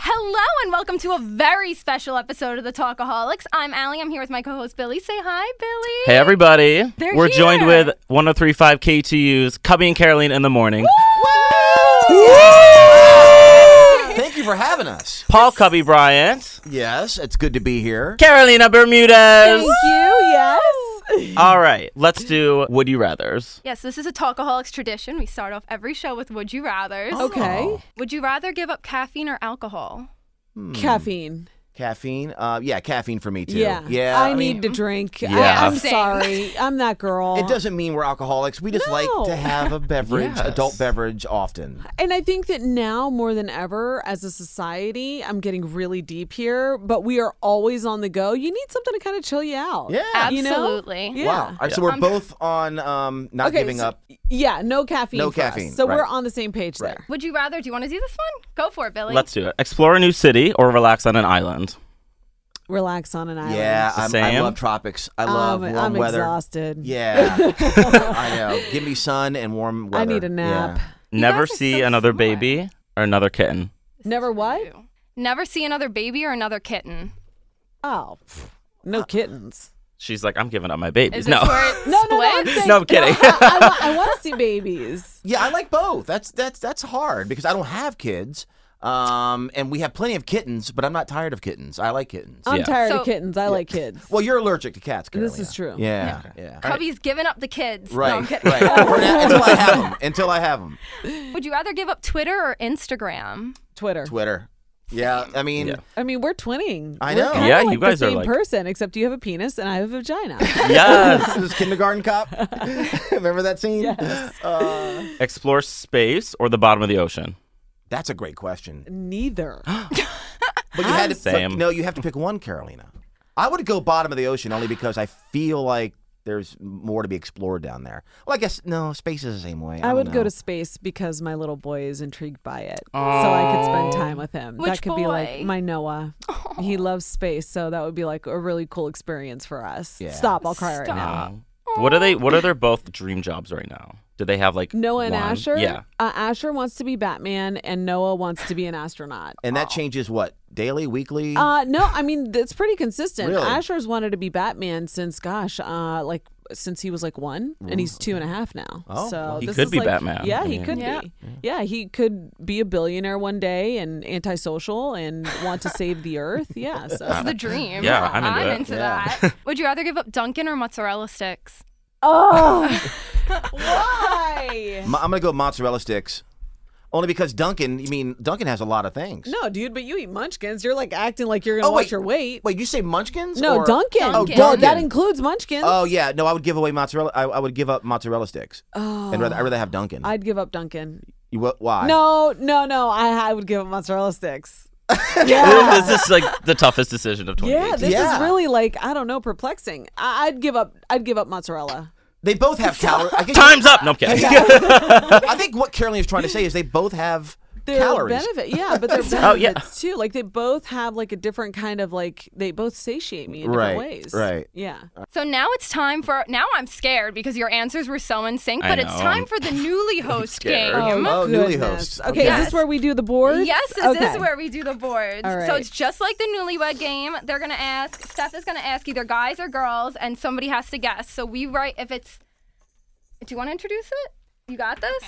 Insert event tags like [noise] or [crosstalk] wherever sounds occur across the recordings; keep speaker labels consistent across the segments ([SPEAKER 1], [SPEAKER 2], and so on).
[SPEAKER 1] Hello and welcome to a very special episode of the Talkaholics. I'm Allie. I'm here with my co-host Billy. Say hi, Billy.
[SPEAKER 2] Hey everybody.
[SPEAKER 1] They're
[SPEAKER 2] We're joined
[SPEAKER 1] here.
[SPEAKER 2] with 1035 KTU's Cubby and Caroline in the morning.
[SPEAKER 3] Thank you for having us.
[SPEAKER 2] Paul Cubby Bryant.
[SPEAKER 3] Yes, it's good to be here.
[SPEAKER 2] Carolina Bermudez.
[SPEAKER 4] yes.
[SPEAKER 2] All right, let's do Would You Rathers.
[SPEAKER 1] Yes, this is a Talkaholics tradition. We start off every show with Would You Rathers.
[SPEAKER 2] Oh.
[SPEAKER 4] Okay.
[SPEAKER 1] Would you rather give up caffeine or alcohol?
[SPEAKER 2] Hmm.
[SPEAKER 4] Caffeine.
[SPEAKER 3] Caffeine? Uh, yeah, caffeine for me too.
[SPEAKER 4] Yeah.
[SPEAKER 3] yeah
[SPEAKER 4] I,
[SPEAKER 3] mean,
[SPEAKER 4] need to drink.
[SPEAKER 2] Yeah.
[SPEAKER 4] I, am
[SPEAKER 1] Same.
[SPEAKER 4] sorry.
[SPEAKER 3] [laughs]
[SPEAKER 4] I'm that girl.
[SPEAKER 3] It doesn't mean we're alcoholics. We just like
[SPEAKER 4] No.
[SPEAKER 3] to have a [laughs] beverage,
[SPEAKER 2] Yes.
[SPEAKER 3] adult beverage, often.
[SPEAKER 4] And I think that now more than ever, as a society, I'm getting really deep here, but we are always on the go. You need something to kind of chill you out.
[SPEAKER 3] Yeah.
[SPEAKER 4] You know?
[SPEAKER 1] Absolutely.
[SPEAKER 4] Yeah.
[SPEAKER 3] Wow. All right, So we're both on um, not giving
[SPEAKER 4] so-
[SPEAKER 3] up.
[SPEAKER 4] Yeah, no caffeine.
[SPEAKER 3] No
[SPEAKER 4] for us.
[SPEAKER 3] caffeine,
[SPEAKER 4] So we're
[SPEAKER 3] right.
[SPEAKER 4] on the same page
[SPEAKER 3] Right.
[SPEAKER 4] there.
[SPEAKER 1] Would you rather? Do you want to do this one? Go for it, Billy.
[SPEAKER 2] Let's do it. Explore a new city or relax on an island.
[SPEAKER 4] Relax on an island.
[SPEAKER 3] Yeah,
[SPEAKER 2] It's the
[SPEAKER 3] I'm, I
[SPEAKER 2] same.
[SPEAKER 3] love tropics. I love
[SPEAKER 4] um,
[SPEAKER 3] warm
[SPEAKER 4] I'm
[SPEAKER 3] weather.
[SPEAKER 4] exhausted.
[SPEAKER 3] Yeah,
[SPEAKER 4] [laughs]
[SPEAKER 3] I know. Give me sun and warm weather.
[SPEAKER 4] I need a nap.
[SPEAKER 3] Yeah.
[SPEAKER 2] Never
[SPEAKER 1] guys are
[SPEAKER 2] see
[SPEAKER 1] so
[SPEAKER 2] another
[SPEAKER 1] smart.
[SPEAKER 2] baby or another kitten.
[SPEAKER 4] Never what?
[SPEAKER 1] Never see another baby or another kitten.
[SPEAKER 4] Oh, pff,
[SPEAKER 3] Uh, [laughs]
[SPEAKER 4] no kittens.
[SPEAKER 2] She's like, I'm giving up my babies.
[SPEAKER 1] Is
[SPEAKER 2] No.
[SPEAKER 1] this where it
[SPEAKER 4] [laughs] No, no, no. I'm
[SPEAKER 1] splits?
[SPEAKER 2] [laughs]
[SPEAKER 4] saying-
[SPEAKER 2] No, I'm kidding.
[SPEAKER 4] I, I, wa- I want to see babies.
[SPEAKER 3] Yeah, I like both. That's that's that's hard because I don't have kids. Um, and we have plenty of kittens, but I'm not tired of kittens. I like kittens.
[SPEAKER 4] I'm
[SPEAKER 2] Yeah.
[SPEAKER 4] tired
[SPEAKER 1] So-
[SPEAKER 4] of kittens. I like kids.
[SPEAKER 3] Well, you're allergic to cats.
[SPEAKER 4] Uh, This
[SPEAKER 3] Carolina.
[SPEAKER 4] is true.
[SPEAKER 3] Yeah, yeah.
[SPEAKER 1] Cubby's giving up the kids. No, I'm
[SPEAKER 3] Right,
[SPEAKER 1] kidding.
[SPEAKER 3] right. For now- until I have them. Until I have them.
[SPEAKER 1] Would you rather give up Twitter or Instagram?
[SPEAKER 4] Twitter.
[SPEAKER 3] Twitter. Yeah, I mean,
[SPEAKER 2] Yeah.
[SPEAKER 4] I mean, we're twinning.
[SPEAKER 3] I
[SPEAKER 4] We're
[SPEAKER 3] know.
[SPEAKER 4] kinda
[SPEAKER 2] Yeah,
[SPEAKER 4] like
[SPEAKER 2] you guys
[SPEAKER 4] the
[SPEAKER 2] are
[SPEAKER 4] same
[SPEAKER 2] like-
[SPEAKER 4] person, except you have a penis and I have
[SPEAKER 3] [laughs]
[SPEAKER 4] a vagina.
[SPEAKER 2] [laughs] Yes.
[SPEAKER 3] this is Kindergarten Cop. [laughs] Remember that scene? Uh,
[SPEAKER 2] Explore space or the bottom of the ocean.
[SPEAKER 3] that's a great question. [gasps]
[SPEAKER 4] Neither.
[SPEAKER 3] But you had to
[SPEAKER 2] Same.
[SPEAKER 3] But, no, you have to pick one, Carolina. I would go bottom of the ocean only because I feel like there's more to be explored down there. Well, I guess no, space is the same way. I,
[SPEAKER 4] I
[SPEAKER 3] don't
[SPEAKER 4] would go
[SPEAKER 3] know.
[SPEAKER 4] to space because my little boy is intrigued by it, so I
[SPEAKER 2] Oh.
[SPEAKER 4] could spend time with him.
[SPEAKER 1] Which
[SPEAKER 4] that could be like
[SPEAKER 1] boy?
[SPEAKER 2] [laughs]
[SPEAKER 4] my Noah. He loves space, so that would be like a really cool experience for us.
[SPEAKER 3] Yeah.
[SPEAKER 4] Stop! I'll cry right now.
[SPEAKER 2] Um, What are they? What are their both dream jobs right now? Do they have like
[SPEAKER 4] Noah and
[SPEAKER 2] one?
[SPEAKER 4] Asher.
[SPEAKER 2] Yeah.
[SPEAKER 4] Uh, Asher wants to be Batman, and Noah wants to be an astronaut.
[SPEAKER 3] and that changes what daily, weekly.
[SPEAKER 4] Uh, no, I mean it's pretty consistent.
[SPEAKER 3] Really?
[SPEAKER 4] Asher's wanted to be Batman since, gosh, uh, like since he was like one, and he's two and a half now.
[SPEAKER 3] Oh,
[SPEAKER 4] so
[SPEAKER 3] well,
[SPEAKER 2] he
[SPEAKER 4] this
[SPEAKER 2] could
[SPEAKER 4] is
[SPEAKER 2] be
[SPEAKER 4] like-
[SPEAKER 2] Batman.
[SPEAKER 4] Yeah,
[SPEAKER 2] I
[SPEAKER 4] he
[SPEAKER 2] mean-
[SPEAKER 4] could
[SPEAKER 1] Yeah.
[SPEAKER 4] be. Yeah, he could be a billionaire one day and antisocial and want to save the earth.
[SPEAKER 3] [laughs]
[SPEAKER 4] Yeah, so.
[SPEAKER 1] The dream.
[SPEAKER 2] Uh, Yeah, I'm into it.
[SPEAKER 3] Yeah.
[SPEAKER 1] that.
[SPEAKER 2] [laughs]
[SPEAKER 1] Would you rather give up Dunkin' or mozzarella sticks? [laughs]
[SPEAKER 4] oh, why?
[SPEAKER 3] Mo- I'm gonna go mozzarella sticks, only because Duncan. You mean Duncan has a lot of things.
[SPEAKER 4] No, dude, but you eat Munchkins. You're like acting like you're gonna
[SPEAKER 3] Oh,
[SPEAKER 4] watch
[SPEAKER 3] wait.
[SPEAKER 4] your weight.
[SPEAKER 3] Wait, you say Munchkins?
[SPEAKER 4] no,
[SPEAKER 3] or-
[SPEAKER 4] Dunkin'.
[SPEAKER 3] Oh,
[SPEAKER 1] Dunkin'.
[SPEAKER 4] Well, that
[SPEAKER 3] Dunkin'.
[SPEAKER 4] includes Munchkins.
[SPEAKER 3] Oh yeah, no, I would give away mozzarella. I, I would give up mozzarella sticks.
[SPEAKER 4] Oh.
[SPEAKER 3] And rather, I'd rather have Dunkin'.
[SPEAKER 4] I'd give up Dunkin'.
[SPEAKER 3] you, wh- why?
[SPEAKER 4] No, no, no. I, I would give up
[SPEAKER 3] [laughs]
[SPEAKER 4] mozzarella sticks. yeah.
[SPEAKER 2] [laughs] This is like the toughest decision of 2018.
[SPEAKER 4] Yeah, this is
[SPEAKER 3] Yeah.
[SPEAKER 4] really like I don't know, perplexing. I- I'd give up. I'd give up mozzarella.
[SPEAKER 3] they both have
[SPEAKER 4] [laughs]
[SPEAKER 3] calories. I,
[SPEAKER 2] [laughs]
[SPEAKER 3] guess-
[SPEAKER 2] Time's up. No, I'm kidding.
[SPEAKER 3] [laughs] I think what Carolyn is trying to say is they both have
[SPEAKER 4] Their
[SPEAKER 3] calories.
[SPEAKER 4] benefit, yeah,
[SPEAKER 3] [laughs]
[SPEAKER 4] but their benefits
[SPEAKER 2] Oh, yeah.
[SPEAKER 4] too. Like they both have like a different kind of like they both satiate me in
[SPEAKER 3] Right,
[SPEAKER 4] different ways.
[SPEAKER 3] right.
[SPEAKER 4] Yeah.
[SPEAKER 1] So now it's time for. Now I'm scared because your answers were so in sync,
[SPEAKER 2] I
[SPEAKER 1] but it's
[SPEAKER 2] know,
[SPEAKER 1] time
[SPEAKER 2] [laughs] I'm-
[SPEAKER 1] for the newly host game.
[SPEAKER 2] scared.
[SPEAKER 3] Oh, newly
[SPEAKER 4] goodness.
[SPEAKER 3] hosts.
[SPEAKER 4] Okay,
[SPEAKER 1] Okay.
[SPEAKER 4] is this where we do the board?
[SPEAKER 1] Yes, this
[SPEAKER 4] Oh, okay.
[SPEAKER 1] is where we do the boards.
[SPEAKER 4] All
[SPEAKER 1] So
[SPEAKER 4] right.
[SPEAKER 1] it's just like the newlywed game. They're gonna ask. Steph is gonna ask either guys or girls, and somebody has to guess. So we write if it's. Do you want to introduce it? You got this.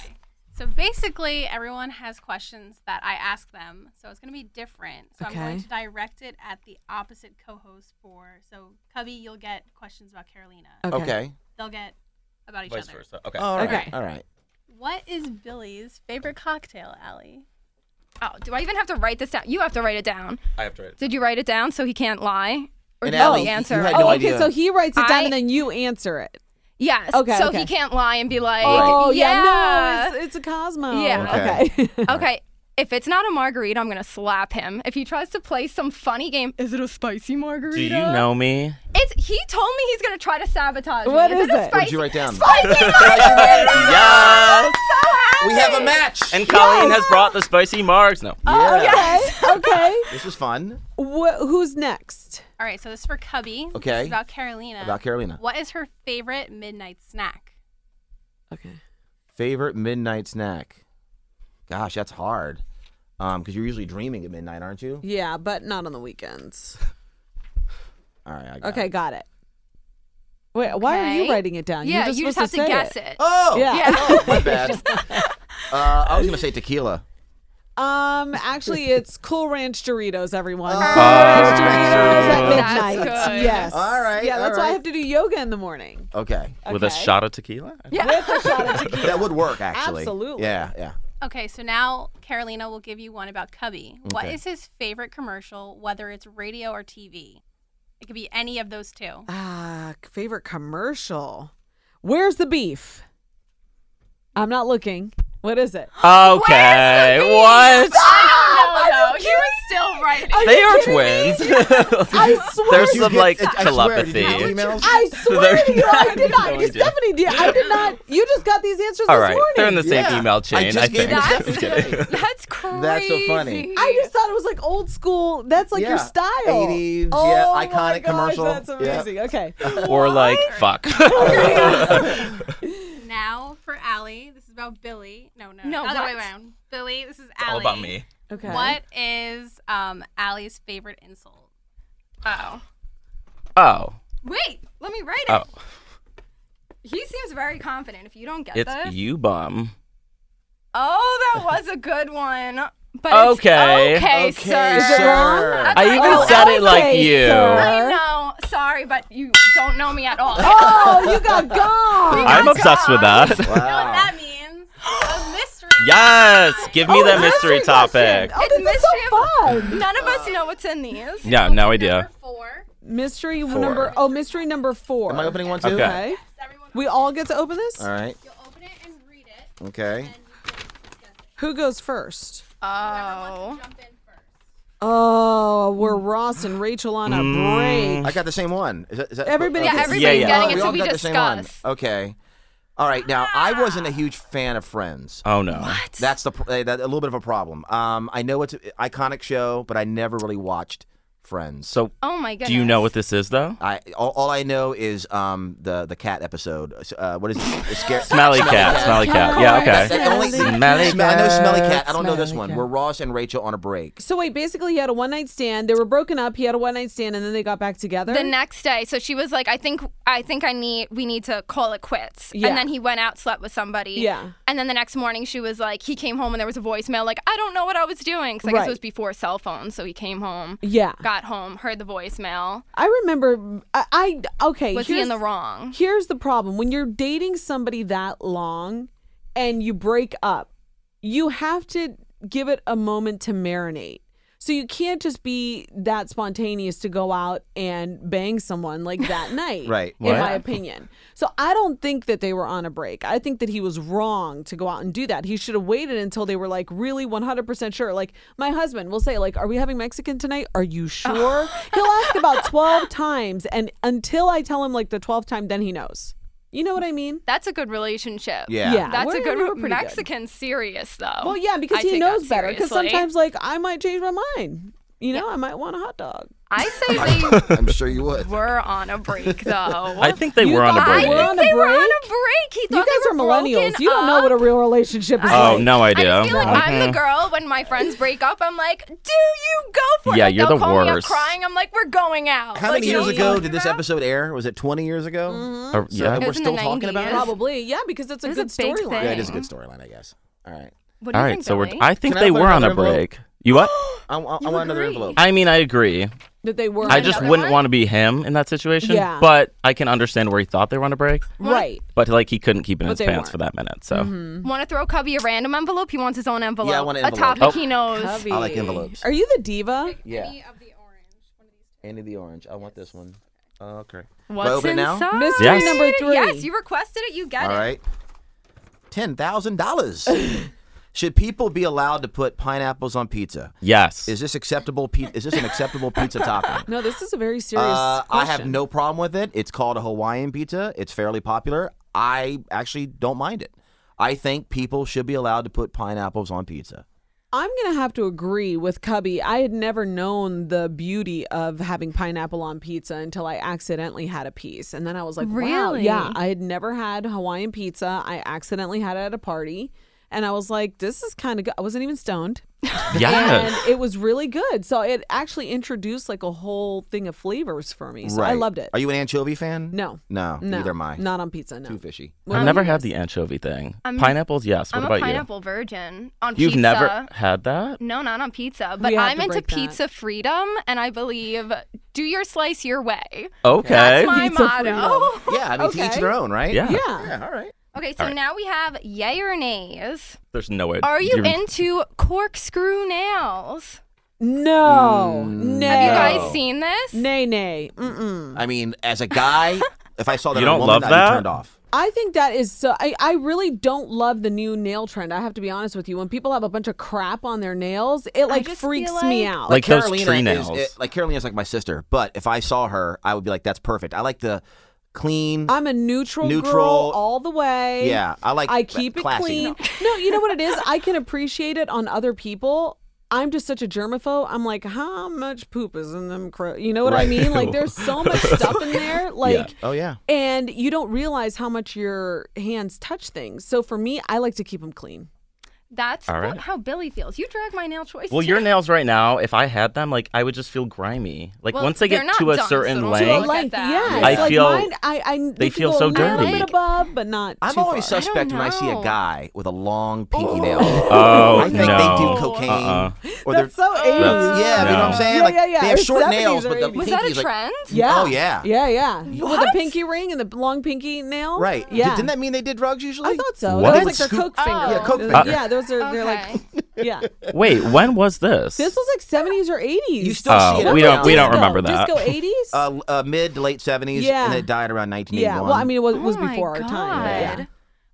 [SPEAKER 5] So basically, everyone has questions that I ask them. So it's going to be different. So I'm
[SPEAKER 4] Okay.
[SPEAKER 5] going to direct it at the opposite co host for. So, Cubby, you'll get questions about Carolina.
[SPEAKER 4] Okay.
[SPEAKER 3] Okay.
[SPEAKER 5] They'll get about each
[SPEAKER 2] Vice
[SPEAKER 5] other.
[SPEAKER 2] versa. Okay.
[SPEAKER 3] All right.
[SPEAKER 4] Okay.
[SPEAKER 3] All right.
[SPEAKER 5] What is Billy's favorite cocktail, Allie?
[SPEAKER 1] Oh, do I even have to write this down? You have to write it down.
[SPEAKER 2] I have to write.
[SPEAKER 1] Did you write it down so he can't lie? Or
[SPEAKER 3] And
[SPEAKER 1] did
[SPEAKER 3] Allie,
[SPEAKER 1] he
[SPEAKER 3] you-
[SPEAKER 1] answer?
[SPEAKER 3] you
[SPEAKER 1] right?
[SPEAKER 3] had no
[SPEAKER 4] oh,
[SPEAKER 3] idea.
[SPEAKER 4] okay. So he writes it down
[SPEAKER 1] I-
[SPEAKER 4] and then you answer it.
[SPEAKER 1] yes.
[SPEAKER 4] Okay,
[SPEAKER 1] So
[SPEAKER 4] okay.
[SPEAKER 1] he can't lie and be like,
[SPEAKER 4] Oh
[SPEAKER 1] yeah.
[SPEAKER 4] yeah, no, it's, it's a Cosmo.
[SPEAKER 1] Yeah.
[SPEAKER 4] Okay. [laughs]
[SPEAKER 1] Okay. If it's not a margarita, I'm gonna slap him. If he tries to play some funny game, is it a spicy margarita?
[SPEAKER 2] Do you know me?
[SPEAKER 1] It's he told me he's gonna try to sabotage me.
[SPEAKER 4] What
[SPEAKER 1] is
[SPEAKER 4] is
[SPEAKER 1] it? A
[SPEAKER 4] it?
[SPEAKER 1] spicy
[SPEAKER 3] What did you write down?
[SPEAKER 1] spicy margarita?
[SPEAKER 2] [laughs] Yes.
[SPEAKER 1] So happy.
[SPEAKER 3] We have a match.
[SPEAKER 2] And Colleen has brought the spicy margs. No.
[SPEAKER 3] yeah.
[SPEAKER 1] [laughs]
[SPEAKER 4] okay. Okay.
[SPEAKER 3] This is fun.
[SPEAKER 4] Wh- who's next?
[SPEAKER 5] All right, so this is for Cubby. This
[SPEAKER 3] Okay.
[SPEAKER 5] is about Carolina.
[SPEAKER 3] About Carolina.
[SPEAKER 5] What is her favorite midnight snack?
[SPEAKER 4] Okay.
[SPEAKER 3] Favorite midnight snack. Gosh, that's hard. Um, because you're usually dreaming at midnight, aren't you?
[SPEAKER 4] Yeah, but not on the weekends.
[SPEAKER 3] All right. I got
[SPEAKER 4] Okay,
[SPEAKER 3] It.
[SPEAKER 4] got it. Wait, why are you
[SPEAKER 1] Okay.
[SPEAKER 4] writing it down?
[SPEAKER 1] yeah,
[SPEAKER 4] You're just
[SPEAKER 1] you just have
[SPEAKER 4] supposed
[SPEAKER 1] to,
[SPEAKER 4] say
[SPEAKER 1] guess
[SPEAKER 4] it.
[SPEAKER 1] it.
[SPEAKER 3] Oh,
[SPEAKER 4] Yeah.
[SPEAKER 3] [laughs] Oh, my bad. uh, I was gonna say tequila.
[SPEAKER 4] [laughs] Um, actually, it's Cool Ranch Doritos, everyone.
[SPEAKER 2] Ranch
[SPEAKER 4] Doritos at
[SPEAKER 1] Doritos. That's
[SPEAKER 4] midnight.
[SPEAKER 1] good.
[SPEAKER 4] Yes.
[SPEAKER 3] All right,
[SPEAKER 4] Yeah,
[SPEAKER 3] all
[SPEAKER 4] that's why I
[SPEAKER 3] right.
[SPEAKER 4] have to do yoga in the morning.
[SPEAKER 3] Okay,
[SPEAKER 2] With a
[SPEAKER 4] Okay.
[SPEAKER 2] shot of tequila?
[SPEAKER 1] Yeah.
[SPEAKER 3] that would work actually.
[SPEAKER 4] Absolutely.
[SPEAKER 3] Yeah, yeah.
[SPEAKER 5] Okay, so now Carolina will give you one about Cubby. What
[SPEAKER 3] Okay.
[SPEAKER 5] is his favorite commercial, whether it's radio or TV? It could be any of those two.
[SPEAKER 4] Ah, favorite commercial. Where's the beef? I'm not looking. What is it?
[SPEAKER 2] Okay. What?
[SPEAKER 5] I don't know though. He was still right.
[SPEAKER 2] They are twins.
[SPEAKER 4] I swear.
[SPEAKER 2] There's
[SPEAKER 4] to
[SPEAKER 2] some
[SPEAKER 4] you-
[SPEAKER 2] like
[SPEAKER 3] I- I swear, did
[SPEAKER 2] telepathy.
[SPEAKER 3] you get emails?
[SPEAKER 4] I swear to you, I did not.
[SPEAKER 2] No, you didn't.
[SPEAKER 4] Stephanie did. I did not. You just got these answers
[SPEAKER 2] [laughs] All
[SPEAKER 4] this
[SPEAKER 2] right,
[SPEAKER 4] morning.
[SPEAKER 2] they're in the same
[SPEAKER 3] Yeah.
[SPEAKER 2] email
[SPEAKER 3] I
[SPEAKER 2] chain. I,
[SPEAKER 3] just gave
[SPEAKER 2] think. [laughs]
[SPEAKER 3] you
[SPEAKER 2] I'm
[SPEAKER 1] [laughs]
[SPEAKER 3] Stephanie
[SPEAKER 2] kidding.
[SPEAKER 3] today.
[SPEAKER 1] That's crazy.
[SPEAKER 3] That's so funny.
[SPEAKER 4] I just thought it was like old school. That's like your
[SPEAKER 3] Yeah.
[SPEAKER 4] style.
[SPEAKER 3] 80s, yeah,
[SPEAKER 4] oh my
[SPEAKER 3] iconic
[SPEAKER 4] gosh,
[SPEAKER 3] commercial.
[SPEAKER 4] That's
[SPEAKER 3] Yeah.
[SPEAKER 4] amazing.
[SPEAKER 3] [laughs]
[SPEAKER 4] Okay.
[SPEAKER 2] or like fuck.
[SPEAKER 5] Now for Allie. This is about Billy. No, no,
[SPEAKER 1] No,
[SPEAKER 5] other way
[SPEAKER 1] what?
[SPEAKER 5] around. Billy, this is
[SPEAKER 2] [laughs]
[SPEAKER 5] Allie.
[SPEAKER 2] All about me.
[SPEAKER 4] Okay.
[SPEAKER 5] What is um, Allie's favorite insult?
[SPEAKER 1] Oh.
[SPEAKER 2] Oh,
[SPEAKER 1] Wait, let me write it.
[SPEAKER 2] oh,
[SPEAKER 1] He seems very confident. If you don't get
[SPEAKER 2] it's
[SPEAKER 1] this,
[SPEAKER 2] you bum.
[SPEAKER 1] oh, that was a good one. But
[SPEAKER 2] Okay.
[SPEAKER 1] it's okay, sir.
[SPEAKER 4] Is it wrong?
[SPEAKER 3] sure.
[SPEAKER 2] I even
[SPEAKER 1] Oh,
[SPEAKER 2] said it like
[SPEAKER 4] okay,
[SPEAKER 2] you.
[SPEAKER 4] sir.
[SPEAKER 1] I know. Sorry, but you don't know me at all.
[SPEAKER 4] Oh,
[SPEAKER 3] [laughs]
[SPEAKER 4] you got gone.
[SPEAKER 2] I'm obsessed with
[SPEAKER 4] [laughs]
[SPEAKER 2] that.
[SPEAKER 5] You know what
[SPEAKER 3] Wow.
[SPEAKER 2] [gasps]
[SPEAKER 5] that means? A mystery.
[SPEAKER 2] yes, give me
[SPEAKER 4] Oh,
[SPEAKER 2] that
[SPEAKER 4] it's
[SPEAKER 2] mystery topic.
[SPEAKER 4] question. Oh,
[SPEAKER 1] It's
[SPEAKER 4] this is so
[SPEAKER 1] [laughs]
[SPEAKER 4] fun.
[SPEAKER 1] None of us know what's in these.
[SPEAKER 2] Yeah, no idea.
[SPEAKER 5] Number four.
[SPEAKER 4] Mystery number. Oh, mystery number four.
[SPEAKER 3] Am I opening one too?
[SPEAKER 2] Okay.
[SPEAKER 4] Okay.
[SPEAKER 5] Everyone,
[SPEAKER 4] We all get to open this.
[SPEAKER 3] All right.
[SPEAKER 5] you'll open it and read it,
[SPEAKER 3] Okay.
[SPEAKER 5] and you can discuss it.
[SPEAKER 4] Who goes first?
[SPEAKER 1] Oh.
[SPEAKER 5] Jump in first.
[SPEAKER 4] Oh, we're Ross and Rachel on a break.
[SPEAKER 3] Mm. I got the same one. Is that, is that
[SPEAKER 4] Everybody
[SPEAKER 3] okay.
[SPEAKER 4] gets-
[SPEAKER 1] everybody's
[SPEAKER 2] Yeah, yeah.
[SPEAKER 1] getting
[SPEAKER 2] Oh,
[SPEAKER 1] it,
[SPEAKER 2] we
[SPEAKER 1] so
[SPEAKER 3] all
[SPEAKER 1] we
[SPEAKER 3] got the same one.
[SPEAKER 1] discuss.
[SPEAKER 3] Okay. All right. Now,
[SPEAKER 2] Ah.
[SPEAKER 3] I wasn't a huge fan of Friends.
[SPEAKER 2] Oh no.
[SPEAKER 3] That's the pr- eh, that, a little bit of a problem. Um, I know it's an iconic show, but I never really watched Friends.
[SPEAKER 2] So,
[SPEAKER 1] Oh my goodness.
[SPEAKER 2] do you know what this is though?
[SPEAKER 3] I all, all I know is um the the cat episode. Uh, what is it?
[SPEAKER 2] [laughs]
[SPEAKER 3] It's scar-
[SPEAKER 2] Smelly cat. Smelly cat. Yeah.
[SPEAKER 3] That's the
[SPEAKER 2] Okay.
[SPEAKER 3] only-
[SPEAKER 4] Smelly
[SPEAKER 3] Smell- I know Smelly Cat. I don't know
[SPEAKER 4] Smelly
[SPEAKER 3] this one.
[SPEAKER 4] cat.
[SPEAKER 3] We're Ross and Rachel on a break.
[SPEAKER 4] So wait, basically he had a one night stand. They were broken up. He had a one night stand, and then they got back together.
[SPEAKER 1] The next day, so she was like, "I think, I think I need, we need to call it quits."
[SPEAKER 4] Yeah.
[SPEAKER 1] And then he went out, slept with somebody.
[SPEAKER 4] Yeah.
[SPEAKER 1] And then the next morning, she was like, he came home and there was a voicemail like, "I don't know what I was doing," because I guess
[SPEAKER 4] Right.
[SPEAKER 1] it was before cell phones. So he came home,
[SPEAKER 4] yeah,
[SPEAKER 1] got home, heard the voicemail.
[SPEAKER 4] I remember. I, I okay.
[SPEAKER 1] Was he in
[SPEAKER 4] here's-
[SPEAKER 1] the wrong?
[SPEAKER 4] Here's the problem: when you're dating somebody that long, and you break up, you have to give it a moment to marinate. So you can't just be that spontaneous to go out and bang someone like that night.
[SPEAKER 3] Right.
[SPEAKER 4] In my
[SPEAKER 2] What?
[SPEAKER 4] opinion. So I don't think that they were on a break. I think that he was wrong to go out and do that. He should have waited until they were like really 100% sure. Like my husband will say like, "Are we having Mexican tonight? Are
[SPEAKER 1] [laughs]
[SPEAKER 4] you sure?" He'll ask about 12 times and until I tell him like the 12th time then he knows. You know what I mean?
[SPEAKER 1] That's a good relationship.
[SPEAKER 3] Yeah.
[SPEAKER 4] Yeah.
[SPEAKER 1] That's
[SPEAKER 4] we're-
[SPEAKER 1] a good
[SPEAKER 4] we were
[SPEAKER 1] re-
[SPEAKER 4] pretty good.
[SPEAKER 1] Mexican serious though.
[SPEAKER 4] Well, yeah, because
[SPEAKER 1] I
[SPEAKER 4] he
[SPEAKER 1] take that
[SPEAKER 4] knows better. Because
[SPEAKER 1] seriously.
[SPEAKER 4] sometimes, like, I might change my mind. You know, I might want a hot dog.
[SPEAKER 1] I
[SPEAKER 2] [laughs]
[SPEAKER 1] say they
[SPEAKER 3] [laughs] I'm sure you would.
[SPEAKER 1] were on a break though.
[SPEAKER 2] I think they
[SPEAKER 4] You
[SPEAKER 2] were on a
[SPEAKER 4] thought
[SPEAKER 2] break.
[SPEAKER 4] they were on a
[SPEAKER 1] they were
[SPEAKER 4] break?
[SPEAKER 1] on a break. He thought
[SPEAKER 4] You guys
[SPEAKER 1] they
[SPEAKER 4] are
[SPEAKER 1] were
[SPEAKER 4] millennials.
[SPEAKER 1] broken
[SPEAKER 4] You don't know what a Mm-hmm.
[SPEAKER 1] up.
[SPEAKER 4] real relationship is
[SPEAKER 2] oh
[SPEAKER 4] like.
[SPEAKER 2] no idea.
[SPEAKER 1] I just feel like I'm the girl when my friends break up. I'm like, do you go for it?
[SPEAKER 2] Yeah,
[SPEAKER 1] Like,
[SPEAKER 2] you're
[SPEAKER 1] they'll
[SPEAKER 2] the
[SPEAKER 1] call Me up
[SPEAKER 2] worst.
[SPEAKER 1] crying, I'm like, we're going out.
[SPEAKER 3] How
[SPEAKER 1] Like,
[SPEAKER 3] many
[SPEAKER 1] you know
[SPEAKER 3] years
[SPEAKER 1] what I'm
[SPEAKER 3] ago
[SPEAKER 1] talking
[SPEAKER 3] did this
[SPEAKER 1] about?
[SPEAKER 3] episode air? Was it 20 years
[SPEAKER 2] Or-
[SPEAKER 3] ago? So
[SPEAKER 2] Mm-hmm. yeah.
[SPEAKER 3] we're
[SPEAKER 1] was in
[SPEAKER 3] still
[SPEAKER 1] the
[SPEAKER 3] talking about
[SPEAKER 1] 90s.
[SPEAKER 3] it.
[SPEAKER 4] Probably, yeah, because it's a
[SPEAKER 1] It
[SPEAKER 4] good
[SPEAKER 1] was a big
[SPEAKER 4] storyline.
[SPEAKER 1] thing.
[SPEAKER 3] Oh, Yeah, it is a good storyline, I guess. All right.
[SPEAKER 1] What do
[SPEAKER 2] All
[SPEAKER 1] you
[SPEAKER 2] right.
[SPEAKER 1] think,
[SPEAKER 2] So we're.
[SPEAKER 1] Billy?
[SPEAKER 2] I think
[SPEAKER 3] Can I
[SPEAKER 2] they
[SPEAKER 3] put
[SPEAKER 2] were on
[SPEAKER 3] another
[SPEAKER 2] a
[SPEAKER 3] envelope?
[SPEAKER 2] break. You what?
[SPEAKER 3] I, I, I want another
[SPEAKER 1] agree.
[SPEAKER 3] envelope.
[SPEAKER 2] I mean, I agree.
[SPEAKER 4] That they were.
[SPEAKER 2] I
[SPEAKER 4] on
[SPEAKER 2] just
[SPEAKER 4] a-
[SPEAKER 1] another
[SPEAKER 2] wouldn't
[SPEAKER 1] one?
[SPEAKER 2] want to be him in that situation.
[SPEAKER 4] Yeah.
[SPEAKER 2] But I can understand where he thought they were on a break.
[SPEAKER 4] right.
[SPEAKER 2] But like he couldn't keep it in his
[SPEAKER 4] they
[SPEAKER 2] pants for
[SPEAKER 4] weren't.
[SPEAKER 2] that minute. So
[SPEAKER 1] Want to throw Cubby a random envelope? He wants his own envelope.
[SPEAKER 3] want an
[SPEAKER 1] A
[SPEAKER 3] envelope.
[SPEAKER 1] topic
[SPEAKER 2] Oh.
[SPEAKER 1] he knows.
[SPEAKER 3] I like envelopes.
[SPEAKER 4] Are you the diva?
[SPEAKER 3] Yeah.
[SPEAKER 5] Any of the orange. One of these.
[SPEAKER 3] Andy the orange. I want this one. Okay.
[SPEAKER 1] What's
[SPEAKER 3] open it now?
[SPEAKER 1] inside?
[SPEAKER 4] Mystery
[SPEAKER 2] Yes.
[SPEAKER 4] number three.
[SPEAKER 1] Yes, you requested it. You get
[SPEAKER 3] All
[SPEAKER 1] it.
[SPEAKER 3] right. Ten thousand dollars. [laughs] Should people be allowed to put pineapples on pizza?
[SPEAKER 2] yes.
[SPEAKER 3] Is this acceptable? Pe- is this an acceptable pizza topping?
[SPEAKER 4] no, this is a very serious.
[SPEAKER 3] Uh, I have
[SPEAKER 4] question.
[SPEAKER 3] no problem with it. It's called a Hawaiian pizza. It's fairly popular. I actually don't mind it. I think people should be allowed to put pineapples on pizza.
[SPEAKER 4] I'm gonna have to agree with Cubby. I had never known the beauty of having pineapple on pizza until I accidentally had a piece, and then I was like, "Wow,
[SPEAKER 1] Really?
[SPEAKER 4] yeah." I had never had Hawaiian pizza. I accidentally had it at a party, and I was like, this is kind of good. I wasn't even stoned.
[SPEAKER 2] Yes.
[SPEAKER 4] And it was really good. So it actually introduced like a whole thing of flavors for me. So I loved it.
[SPEAKER 3] Are you an anchovy fan?
[SPEAKER 4] No.
[SPEAKER 3] No,
[SPEAKER 4] no,
[SPEAKER 3] neither am I.
[SPEAKER 4] Not on pizza, no.
[SPEAKER 3] Too fishy.
[SPEAKER 4] What
[SPEAKER 2] I've
[SPEAKER 4] about
[SPEAKER 2] never
[SPEAKER 4] you
[SPEAKER 2] had
[SPEAKER 4] guys?
[SPEAKER 2] the anchovy thing.
[SPEAKER 1] I'm-
[SPEAKER 2] pineapples, yes. What
[SPEAKER 1] I'm
[SPEAKER 2] about
[SPEAKER 1] a pineapple virgin on
[SPEAKER 2] you? You've
[SPEAKER 1] pizza.
[SPEAKER 2] never had that?
[SPEAKER 1] No, not on pizza, but
[SPEAKER 4] We have
[SPEAKER 1] I'm
[SPEAKER 4] to
[SPEAKER 1] into
[SPEAKER 4] break that.
[SPEAKER 1] pizza freedom, and I believe do your slice your way.
[SPEAKER 2] Okay.
[SPEAKER 1] That's my
[SPEAKER 4] Pizza
[SPEAKER 1] motto.
[SPEAKER 3] Yeah, I mean, to each
[SPEAKER 4] Okay.
[SPEAKER 3] their own, right?
[SPEAKER 2] yeah.
[SPEAKER 4] Yeah.
[SPEAKER 3] Yeah, all right.
[SPEAKER 1] [laughs] okay, so
[SPEAKER 2] All right.
[SPEAKER 1] now we have yay or nays.
[SPEAKER 2] There's no way.
[SPEAKER 1] Are you
[SPEAKER 2] you're-
[SPEAKER 1] into corkscrew nails?
[SPEAKER 4] No. no.
[SPEAKER 1] Have you
[SPEAKER 3] Mm. No.
[SPEAKER 1] guys seen this?
[SPEAKER 4] Nay, nay. Mm-mm.
[SPEAKER 3] I mean, as a guy, if I saw that
[SPEAKER 2] You
[SPEAKER 3] in a
[SPEAKER 2] don't
[SPEAKER 3] woman,
[SPEAKER 2] love
[SPEAKER 3] I'd
[SPEAKER 2] that?
[SPEAKER 3] be turned off.
[SPEAKER 4] I think that is so. I, I really don't love the new nail trend. I have to be honest with you. When people have a bunch of crap on their nails, it like
[SPEAKER 1] just
[SPEAKER 4] freaks
[SPEAKER 1] feel
[SPEAKER 4] me
[SPEAKER 1] like-
[SPEAKER 4] out.
[SPEAKER 2] Like those
[SPEAKER 3] Carolina
[SPEAKER 2] tree
[SPEAKER 3] is-
[SPEAKER 2] nails.
[SPEAKER 3] it- like Carolina's like my sister, but if I saw her, I would be like, "That's perfect." I like the clean.
[SPEAKER 4] I'm a neutral,
[SPEAKER 3] Neutral.
[SPEAKER 4] girl all the way.
[SPEAKER 3] yeah, I like.
[SPEAKER 4] I keep it
[SPEAKER 3] classy.
[SPEAKER 4] clean. No, you know what it is? I can appreciate it on other people. I'm just such a germaphobe. I'm like, how much poop is in them? Cro-? You know what I
[SPEAKER 2] Right.
[SPEAKER 4] mean? Like, there's
[SPEAKER 3] [laughs]
[SPEAKER 4] so much stuff in there. Like,
[SPEAKER 3] Oh yeah.
[SPEAKER 4] and you don't realize how much your hands touch things. So for me, I like to keep them clean.
[SPEAKER 1] That's
[SPEAKER 2] All
[SPEAKER 1] what-
[SPEAKER 2] right.
[SPEAKER 1] how Billy feels. You drag my nail choice.
[SPEAKER 2] Well,
[SPEAKER 1] too.
[SPEAKER 2] your nails right now, if I had them, like I would just feel grimy. Like
[SPEAKER 1] Well,
[SPEAKER 2] once they
[SPEAKER 1] they're
[SPEAKER 2] get
[SPEAKER 1] not
[SPEAKER 2] to a
[SPEAKER 1] done, so
[SPEAKER 2] certain
[SPEAKER 1] don't
[SPEAKER 4] To
[SPEAKER 1] Hey.
[SPEAKER 4] a
[SPEAKER 1] Look
[SPEAKER 2] length,
[SPEAKER 1] like- at that.
[SPEAKER 4] length, yeah.
[SPEAKER 2] I
[SPEAKER 4] It's like
[SPEAKER 2] feel-
[SPEAKER 4] mine, I, I
[SPEAKER 2] they
[SPEAKER 4] can
[SPEAKER 2] feel
[SPEAKER 4] go
[SPEAKER 2] so
[SPEAKER 4] a little
[SPEAKER 2] dirty.
[SPEAKER 4] bit above, but not.
[SPEAKER 3] I'm
[SPEAKER 4] too
[SPEAKER 3] always
[SPEAKER 4] far.
[SPEAKER 3] suspect when I see a
[SPEAKER 1] know.
[SPEAKER 3] guy with a long pinky nail. [laughs]
[SPEAKER 2] Oh,
[SPEAKER 3] I think they
[SPEAKER 2] no.
[SPEAKER 3] do cocaine.
[SPEAKER 2] Uh-uh.
[SPEAKER 3] Or they're,
[SPEAKER 4] That's so 80s.
[SPEAKER 2] That's-
[SPEAKER 3] yeah, but you know what I'm
[SPEAKER 2] No.
[SPEAKER 3] saying?
[SPEAKER 4] Yeah,
[SPEAKER 3] like
[SPEAKER 4] yeah, yeah.
[SPEAKER 3] they have
[SPEAKER 4] It's
[SPEAKER 3] short
[SPEAKER 4] 70s
[SPEAKER 3] nails,
[SPEAKER 4] or
[SPEAKER 3] but the
[SPEAKER 4] 80s.
[SPEAKER 1] was that a
[SPEAKER 3] pinky's, like-
[SPEAKER 1] trend?
[SPEAKER 4] Yeah.
[SPEAKER 3] Oh, yeah.
[SPEAKER 4] Yeah, yeah. With a
[SPEAKER 1] What?
[SPEAKER 4] pinky ring and the long pinky nail.
[SPEAKER 3] Right.
[SPEAKER 4] Yeah.
[SPEAKER 3] Didn't that mean they did drugs usually?
[SPEAKER 4] I thought so.
[SPEAKER 2] What?
[SPEAKER 4] That was like their
[SPEAKER 3] Scoop-
[SPEAKER 4] Coke finger.
[SPEAKER 1] Yeah,
[SPEAKER 3] Coke
[SPEAKER 4] Uh,
[SPEAKER 3] finger.
[SPEAKER 4] Yeah, those are they're like
[SPEAKER 1] Okay.
[SPEAKER 4] yeah.
[SPEAKER 2] Wait, when was this?
[SPEAKER 4] This was like seventies or eighties.
[SPEAKER 3] You still
[SPEAKER 2] Oh,
[SPEAKER 3] see it.
[SPEAKER 2] we
[SPEAKER 3] around,
[SPEAKER 2] don't- we don't
[SPEAKER 4] disco,
[SPEAKER 2] remember that.
[SPEAKER 4] Disco eighties.
[SPEAKER 3] Uh, uh, mid to late 70s,
[SPEAKER 4] Yeah.
[SPEAKER 3] and it died around 1981.
[SPEAKER 4] yeah. Well, I mean, it was, it was
[SPEAKER 1] Oh my
[SPEAKER 4] before our time.
[SPEAKER 1] God.
[SPEAKER 4] Yeah.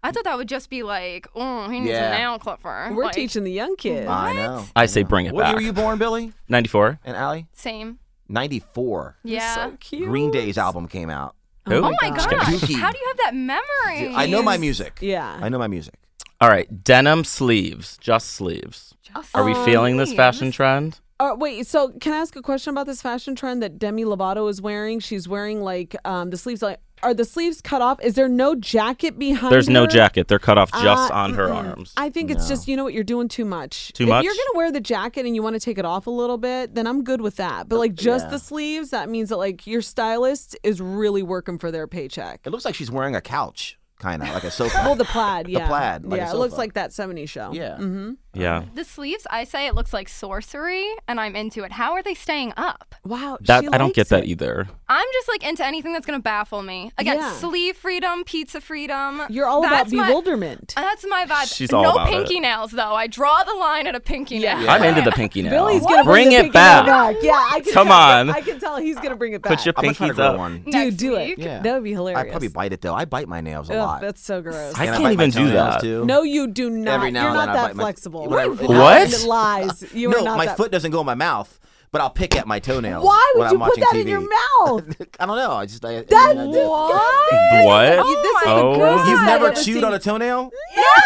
[SPEAKER 1] I thought that would just be like, oh, he needs
[SPEAKER 3] Yeah.
[SPEAKER 1] a nail clipper.
[SPEAKER 4] We're
[SPEAKER 1] Like,
[SPEAKER 4] teaching the young kids.
[SPEAKER 3] I know.
[SPEAKER 2] I say bring it
[SPEAKER 3] What year
[SPEAKER 2] back.
[SPEAKER 3] were you born, Billy
[SPEAKER 2] 94.
[SPEAKER 3] and Allie?
[SPEAKER 1] Same.
[SPEAKER 3] 94.
[SPEAKER 1] Yeah.
[SPEAKER 4] So cute.
[SPEAKER 3] Green Day's album came out.
[SPEAKER 2] Who?
[SPEAKER 1] Oh my
[SPEAKER 2] Just
[SPEAKER 1] gosh.
[SPEAKER 2] kidding.
[SPEAKER 1] How do
[SPEAKER 3] Dookie.
[SPEAKER 1] you have that memory?
[SPEAKER 3] I know my music.
[SPEAKER 4] Yeah.
[SPEAKER 3] I know my music.
[SPEAKER 2] All right, denim sleeves, just sleeves. Are we feeling
[SPEAKER 4] Oh,
[SPEAKER 2] this fashion trend?
[SPEAKER 4] Uh, wait. So can I ask a question about this fashion trend that Demi Lovato is wearing? She's wearing like um the sleeves like. Are the sleeves cut off? Is there no jacket behind?
[SPEAKER 2] There's no
[SPEAKER 4] her?
[SPEAKER 2] jacket. They're cut off just
[SPEAKER 4] Uh,
[SPEAKER 2] on her
[SPEAKER 4] mm-mm.
[SPEAKER 2] arms.
[SPEAKER 4] I think it's just you know what you're doing too much.
[SPEAKER 2] Too
[SPEAKER 4] if
[SPEAKER 2] much?
[SPEAKER 4] You're gonna wear the jacket and you want to take it off a little bit, then I'm good with that. But like just the sleeves, that means that like your stylist is really working for their paycheck.
[SPEAKER 3] It looks like she's wearing a couch, kind of like a sofa.
[SPEAKER 4] Well, the plaid, yeah,
[SPEAKER 3] plaid, like a
[SPEAKER 4] yeah, it looks
[SPEAKER 3] sofa.
[SPEAKER 4] like that '70s show. Mm-hmm.
[SPEAKER 3] yeah.
[SPEAKER 2] Yeah.
[SPEAKER 1] The sleeves, I say it looks like sorcery, and I'm into it. How are they staying up?
[SPEAKER 4] Wow,
[SPEAKER 2] That
[SPEAKER 4] she
[SPEAKER 2] I don't
[SPEAKER 4] likes
[SPEAKER 2] get that
[SPEAKER 4] it.
[SPEAKER 2] either.
[SPEAKER 1] I'm just like into anything that's gonna baffle me. Again,
[SPEAKER 4] Yeah.
[SPEAKER 1] sleeve freedom, pizza freedom.
[SPEAKER 4] You're all
[SPEAKER 1] that's
[SPEAKER 4] about
[SPEAKER 1] my-
[SPEAKER 4] bewilderment.
[SPEAKER 1] That's my vibe.
[SPEAKER 2] She's all
[SPEAKER 1] no
[SPEAKER 2] about
[SPEAKER 1] pinky
[SPEAKER 2] it.
[SPEAKER 1] nails, though. I draw the line at a pinky nail.
[SPEAKER 2] I'm into the pinky nail.
[SPEAKER 4] Billy's gonna
[SPEAKER 2] bring,
[SPEAKER 4] the
[SPEAKER 2] it
[SPEAKER 4] pinky nail
[SPEAKER 2] back.
[SPEAKER 4] Yeah, I can
[SPEAKER 2] Come
[SPEAKER 4] tell,
[SPEAKER 2] on.
[SPEAKER 4] I can tell he's gonna bring it back.
[SPEAKER 2] Put your
[SPEAKER 3] I'm gonna try to
[SPEAKER 2] pinkies
[SPEAKER 3] grow
[SPEAKER 2] up.
[SPEAKER 3] one.
[SPEAKER 4] Dude,
[SPEAKER 1] Next
[SPEAKER 4] do
[SPEAKER 1] week.
[SPEAKER 4] it.
[SPEAKER 3] Yeah.
[SPEAKER 4] That would be hilarious.
[SPEAKER 3] I probably bite it though. I bite my nails a
[SPEAKER 4] Ugh,
[SPEAKER 3] lot.
[SPEAKER 4] that's so gross.
[SPEAKER 2] I
[SPEAKER 3] And
[SPEAKER 2] can't
[SPEAKER 3] bite my
[SPEAKER 2] even do
[SPEAKER 3] toenails,
[SPEAKER 2] that.
[SPEAKER 3] Too.
[SPEAKER 4] No, you do not.
[SPEAKER 3] Every now
[SPEAKER 4] You're
[SPEAKER 3] and
[SPEAKER 4] not
[SPEAKER 3] then I
[SPEAKER 4] that
[SPEAKER 3] bite my-
[SPEAKER 4] flexible.
[SPEAKER 3] When I-
[SPEAKER 2] What?
[SPEAKER 4] And it lies. You
[SPEAKER 3] no,
[SPEAKER 4] are not
[SPEAKER 3] my
[SPEAKER 4] that
[SPEAKER 3] foot doesn't go in my mouth, but I'll pick at my toenails.
[SPEAKER 4] Why would
[SPEAKER 3] when
[SPEAKER 4] you
[SPEAKER 3] I'm
[SPEAKER 4] put
[SPEAKER 3] watching
[SPEAKER 4] that
[SPEAKER 3] TV. [laughs]
[SPEAKER 4] in your mouth?
[SPEAKER 3] I don't know. I just. I,
[SPEAKER 4] That's
[SPEAKER 3] I,
[SPEAKER 4] disgusting.
[SPEAKER 2] What?
[SPEAKER 4] You- this is the
[SPEAKER 2] Oh
[SPEAKER 4] grossest
[SPEAKER 2] my
[SPEAKER 3] You've
[SPEAKER 4] I've
[SPEAKER 3] never
[SPEAKER 4] ever
[SPEAKER 3] chewed
[SPEAKER 4] seen.
[SPEAKER 3] on a toenail?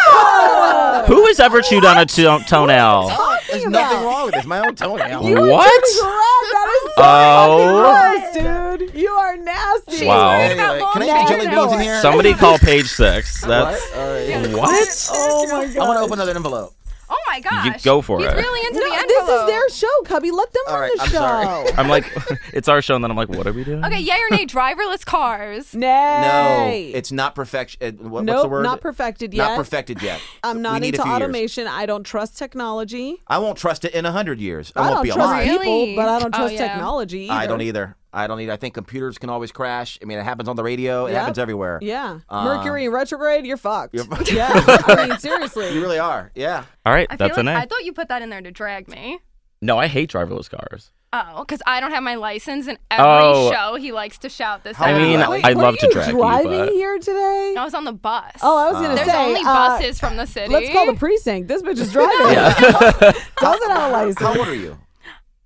[SPEAKER 3] [laughs]
[SPEAKER 2] Who has ever chewed on a to- toenail?
[SPEAKER 3] There's
[SPEAKER 4] about?
[SPEAKER 3] nothing wrong with this. My own toenail.
[SPEAKER 4] You are
[SPEAKER 2] What?
[SPEAKER 4] dirty rat. That is so
[SPEAKER 2] Oh.
[SPEAKER 4] fucking gross, dude. You are nasty.
[SPEAKER 2] Wow.
[SPEAKER 1] Worried about
[SPEAKER 3] Anyway,
[SPEAKER 1] long
[SPEAKER 3] can I eat jelly
[SPEAKER 1] nails.
[SPEAKER 3] beans in
[SPEAKER 1] [laughs]
[SPEAKER 3] here?
[SPEAKER 2] Somebody call page six. That's
[SPEAKER 3] What? All right.
[SPEAKER 2] what?
[SPEAKER 4] Oh my god.
[SPEAKER 3] I want to open another envelope.
[SPEAKER 1] Oh my gosh.
[SPEAKER 2] go for
[SPEAKER 1] He's
[SPEAKER 2] it.
[SPEAKER 1] really into
[SPEAKER 4] No,
[SPEAKER 1] the
[SPEAKER 4] this is
[SPEAKER 1] envelope.
[SPEAKER 4] their show, Cubby. Let them
[SPEAKER 3] All
[SPEAKER 4] run
[SPEAKER 3] right,
[SPEAKER 4] the
[SPEAKER 3] I'm
[SPEAKER 4] show.
[SPEAKER 3] sorry.
[SPEAKER 2] I'm like, [laughs] it's our show, and then I'm like, what are we doing?
[SPEAKER 1] Okay, yay or nay, driverless
[SPEAKER 2] [laughs]
[SPEAKER 1] cars.
[SPEAKER 3] [laughs] No,
[SPEAKER 4] Nay.
[SPEAKER 3] it's not perfection. uh, What, what's
[SPEAKER 4] nope,
[SPEAKER 3] the word?
[SPEAKER 4] not perfected yet.
[SPEAKER 3] Not perfected yet.
[SPEAKER 4] [laughs] I'm
[SPEAKER 3] We
[SPEAKER 4] not
[SPEAKER 3] need a
[SPEAKER 4] into
[SPEAKER 3] few years.
[SPEAKER 4] automation. I don't trust technology.
[SPEAKER 3] I won't trust it in a hundred years. I,
[SPEAKER 4] I
[SPEAKER 3] won't
[SPEAKER 4] don't
[SPEAKER 3] be
[SPEAKER 4] trust
[SPEAKER 3] alive.
[SPEAKER 1] Really?
[SPEAKER 4] people, but I don't
[SPEAKER 1] Oh,
[SPEAKER 4] trust
[SPEAKER 1] yeah.
[SPEAKER 4] technology either.
[SPEAKER 3] I don't either. I don't either. I think computers can always crash. I mean, it happens on the radio. It
[SPEAKER 4] Yep.
[SPEAKER 3] happens everywhere. [laughs]
[SPEAKER 4] Yeah.
[SPEAKER 3] Uh,
[SPEAKER 4] Mercury in retrograde, you're fucked. [laughs]
[SPEAKER 3] You're fucked.
[SPEAKER 4] yeah. I mean,
[SPEAKER 3] [laughs]
[SPEAKER 4] seriously.
[SPEAKER 3] You really are. Yeah.
[SPEAKER 2] All right,
[SPEAKER 1] I feel
[SPEAKER 2] that's
[SPEAKER 1] like
[SPEAKER 2] an A.
[SPEAKER 1] I thought you put that in there to drag me.
[SPEAKER 2] no, I hate driverless
[SPEAKER 1] [laughs]
[SPEAKER 2] cars.
[SPEAKER 1] Oh, because I don't have my license, and every
[SPEAKER 2] Oh.
[SPEAKER 1] show he likes to shout this.
[SPEAKER 3] I
[SPEAKER 1] out.
[SPEAKER 2] mean,
[SPEAKER 4] Wait,
[SPEAKER 2] I
[SPEAKER 4] were
[SPEAKER 2] love to
[SPEAKER 4] you
[SPEAKER 2] drag you,
[SPEAKER 4] driving
[SPEAKER 2] but-
[SPEAKER 4] here today?
[SPEAKER 1] I was on the bus.
[SPEAKER 4] Oh, I was gonna
[SPEAKER 1] There's
[SPEAKER 4] say.
[SPEAKER 1] only
[SPEAKER 4] uh,
[SPEAKER 1] buses from the city.
[SPEAKER 4] Let's call the precinct. This bitch is
[SPEAKER 3] [laughs]
[SPEAKER 1] Oh,
[SPEAKER 4] driving.
[SPEAKER 2] [laughs]
[SPEAKER 4] Doesn't have a
[SPEAKER 3] How
[SPEAKER 4] license.
[SPEAKER 3] old are you?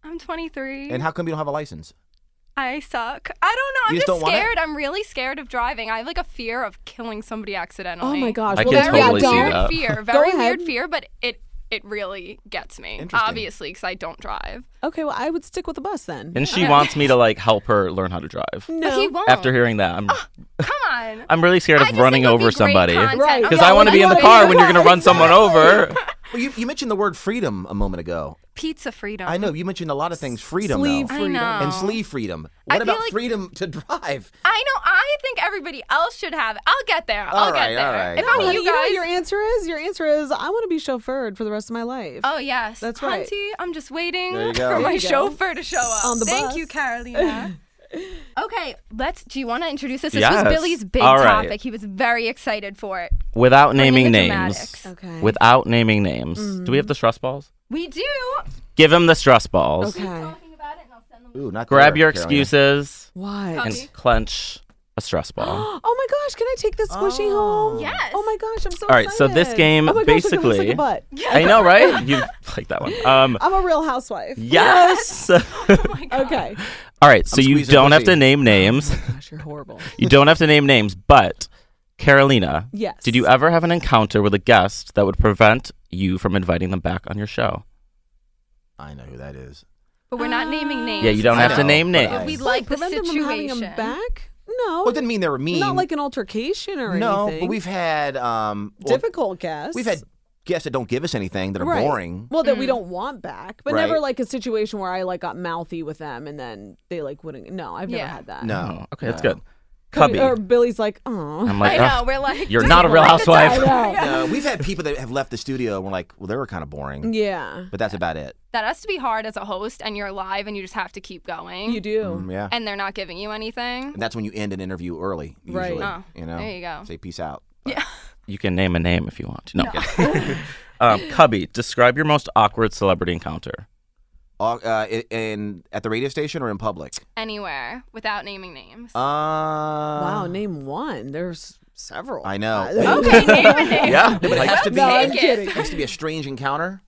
[SPEAKER 1] I'm 23.
[SPEAKER 3] And how come you don't have a license?
[SPEAKER 1] I suck. I don't know. I'm
[SPEAKER 3] You just
[SPEAKER 1] just,
[SPEAKER 3] don't want it?
[SPEAKER 1] scared. I'm really scared of driving. I have like a fear of killing somebody accidentally.
[SPEAKER 4] Oh my gosh.
[SPEAKER 2] I
[SPEAKER 4] well,
[SPEAKER 2] can
[SPEAKER 4] yeah,
[SPEAKER 1] Very
[SPEAKER 2] totally see
[SPEAKER 1] weird
[SPEAKER 4] don't.
[SPEAKER 2] that.
[SPEAKER 1] fear. Very
[SPEAKER 4] ahead.
[SPEAKER 1] weird fear, but it it really gets me.
[SPEAKER 3] Interesting.
[SPEAKER 1] Obviously, because I don't drive.
[SPEAKER 4] Okay, well, I would stick with the bus then.
[SPEAKER 2] And she wants me to like help her learn how to drive. [laughs]
[SPEAKER 1] But he
[SPEAKER 4] No.
[SPEAKER 1] won't.
[SPEAKER 2] After hearing that, I'm
[SPEAKER 1] Come on.
[SPEAKER 2] I'm really
[SPEAKER 1] I
[SPEAKER 2] scared of
[SPEAKER 1] just
[SPEAKER 2] running
[SPEAKER 1] think it would
[SPEAKER 2] over
[SPEAKER 1] be great
[SPEAKER 2] somebody
[SPEAKER 1] content.
[SPEAKER 4] Right.
[SPEAKER 1] Yeah,
[SPEAKER 2] because
[SPEAKER 4] Yeah,
[SPEAKER 2] I want to
[SPEAKER 4] well,
[SPEAKER 2] be in the
[SPEAKER 4] that's
[SPEAKER 2] car
[SPEAKER 4] what
[SPEAKER 2] when
[SPEAKER 4] you
[SPEAKER 2] you're gonna
[SPEAKER 4] want.
[SPEAKER 2] run someone
[SPEAKER 1] [laughs]
[SPEAKER 2] over.
[SPEAKER 3] Well, you, you mentioned the word freedom a moment ago.
[SPEAKER 1] Pizza freedom.
[SPEAKER 3] I know you mentioned a lot of things freedom
[SPEAKER 4] Sleeve
[SPEAKER 3] though.
[SPEAKER 1] I
[SPEAKER 4] freedom.
[SPEAKER 1] know.
[SPEAKER 3] and sleeve freedom.
[SPEAKER 1] I
[SPEAKER 3] What
[SPEAKER 1] feel
[SPEAKER 3] about
[SPEAKER 1] like-
[SPEAKER 3] freedom to drive?
[SPEAKER 1] I know. I think everybody else should have it. I'll get there. I'll
[SPEAKER 3] All right,
[SPEAKER 1] get there.
[SPEAKER 3] all right.
[SPEAKER 1] If
[SPEAKER 3] No,
[SPEAKER 1] I'm
[SPEAKER 4] Well,
[SPEAKER 1] you
[SPEAKER 4] know what
[SPEAKER 1] guys.
[SPEAKER 4] your answer is? Your answer is I want to be chauffeured for the rest of my life.
[SPEAKER 1] oh yes.
[SPEAKER 4] That's
[SPEAKER 1] Hunty,
[SPEAKER 4] right.
[SPEAKER 1] I'm just waiting
[SPEAKER 3] There you go.
[SPEAKER 1] for
[SPEAKER 3] There
[SPEAKER 1] my
[SPEAKER 4] you go.
[SPEAKER 1] chauffeur to show up.
[SPEAKER 4] On the
[SPEAKER 1] Thank
[SPEAKER 4] bus.
[SPEAKER 1] you,
[SPEAKER 4] [laughs]
[SPEAKER 1] Carolina. okay, let's. Do you want to introduce this? This
[SPEAKER 2] Yes.
[SPEAKER 1] was Billy's big
[SPEAKER 2] All right.
[SPEAKER 1] topic. He was very excited for it.
[SPEAKER 2] Without
[SPEAKER 1] Bring in
[SPEAKER 2] naming
[SPEAKER 1] the Mm.
[SPEAKER 2] names.
[SPEAKER 1] dramatics.
[SPEAKER 4] Okay.
[SPEAKER 2] Without naming names. Do we have the stress balls?
[SPEAKER 1] We do.
[SPEAKER 2] Give him the stress balls.
[SPEAKER 4] okay.
[SPEAKER 1] Talking about it, and I'll send them.
[SPEAKER 3] Ooh, not
[SPEAKER 2] Grab
[SPEAKER 3] there,
[SPEAKER 2] your
[SPEAKER 3] Carolina.
[SPEAKER 2] excuses
[SPEAKER 4] Why?
[SPEAKER 3] [gasps]
[SPEAKER 5] Okay.
[SPEAKER 2] and clench a
[SPEAKER 1] [gasps]
[SPEAKER 2] stress ball. [gasps]
[SPEAKER 4] Oh my gosh! Can I take this squishy home?
[SPEAKER 1] Yes.
[SPEAKER 4] Oh my gosh! I'm so.
[SPEAKER 2] All right, so this
[SPEAKER 4] excited.
[SPEAKER 2] game
[SPEAKER 4] oh my gosh, look, it looks like
[SPEAKER 2] basically-
[SPEAKER 3] [laughs]
[SPEAKER 4] a butt.
[SPEAKER 2] I
[SPEAKER 1] [laughs]
[SPEAKER 2] know, right? You like that one. Um,
[SPEAKER 4] I'm a Real Housewife.
[SPEAKER 2] yes.
[SPEAKER 4] [laughs]
[SPEAKER 1] [laughs]
[SPEAKER 5] Oh
[SPEAKER 4] Okay.
[SPEAKER 2] All right, so you
[SPEAKER 3] squeezing
[SPEAKER 2] don't have
[SPEAKER 3] pussy.
[SPEAKER 2] to name names.
[SPEAKER 4] Oh Gosh, you're horrible.
[SPEAKER 2] You don't have to name names, but Carolina,
[SPEAKER 4] Yes.
[SPEAKER 2] did you ever have an encounter with a guest that would prevent you from inviting them back on your show?
[SPEAKER 3] I know who that is.
[SPEAKER 1] But we're not naming
[SPEAKER 4] Ah.
[SPEAKER 1] names.
[SPEAKER 2] Yeah, you don't
[SPEAKER 3] I
[SPEAKER 2] have to
[SPEAKER 3] know,
[SPEAKER 2] name
[SPEAKER 3] but
[SPEAKER 2] names.
[SPEAKER 3] I-
[SPEAKER 1] We
[SPEAKER 3] Wait,
[SPEAKER 1] like the
[SPEAKER 4] prevent them from having
[SPEAKER 1] situation.
[SPEAKER 4] them back? No.
[SPEAKER 3] Well, it didn't mean they were mean.
[SPEAKER 4] Oh, Not like an altercation or
[SPEAKER 3] no,
[SPEAKER 4] anything.
[SPEAKER 3] but we've had um, well,
[SPEAKER 4] difficult guests.
[SPEAKER 3] we've had guests that don't give us anything that are
[SPEAKER 4] Right.
[SPEAKER 3] boring.
[SPEAKER 4] Well, that
[SPEAKER 1] Mm.
[SPEAKER 4] we don't want back, but never
[SPEAKER 3] Right.
[SPEAKER 4] like a situation where I like got mouthy with them and then they like wouldn't. No, I've never
[SPEAKER 1] Yeah.
[SPEAKER 4] had that.
[SPEAKER 3] No,
[SPEAKER 2] Oh, okay, that's
[SPEAKER 3] no.
[SPEAKER 2] good. Cubby.
[SPEAKER 4] Or Billy's like, oh,
[SPEAKER 2] I'm like,
[SPEAKER 1] I
[SPEAKER 2] "Ugh,
[SPEAKER 1] know. We're like. [laughs]
[SPEAKER 2] you're
[SPEAKER 1] just
[SPEAKER 2] not a real
[SPEAKER 1] write the
[SPEAKER 2] housewife.
[SPEAKER 1] title.
[SPEAKER 4] [laughs] I know.
[SPEAKER 3] No, we've had people that have left the studio and we're like, well, they were kind of boring,
[SPEAKER 4] [laughs] yeah,
[SPEAKER 3] but that's about it.
[SPEAKER 1] [laughs] That has to be hard as a host, and you're live, and you just have to keep going.
[SPEAKER 4] you do.
[SPEAKER 3] Mm, yeah,
[SPEAKER 1] And they're not giving you anything.
[SPEAKER 3] and that's when you end an interview early.
[SPEAKER 4] Right.
[SPEAKER 3] Usually,
[SPEAKER 1] Oh,
[SPEAKER 3] you know,
[SPEAKER 1] there you go.
[SPEAKER 3] Say peace out.
[SPEAKER 2] You can name a name if you want. No. kidding. [laughs] um, Cubby, describe your most awkward
[SPEAKER 1] [laughs]
[SPEAKER 2] celebrity encounter.
[SPEAKER 3] Au- Uh, i- in at the radio station or in public?
[SPEAKER 1] anywhere without naming names.
[SPEAKER 3] Uh,
[SPEAKER 4] Wow,
[SPEAKER 3] wow,
[SPEAKER 4] name one. There's several.
[SPEAKER 3] Uh. I
[SPEAKER 4] [laughs]
[SPEAKER 3] know.
[SPEAKER 4] Uh,
[SPEAKER 1] okay, name a name.
[SPEAKER 2] Yeah.
[SPEAKER 3] but it has to be
[SPEAKER 4] no, I'm
[SPEAKER 1] Take it.
[SPEAKER 4] kidding.
[SPEAKER 3] it has to be a strange encounter.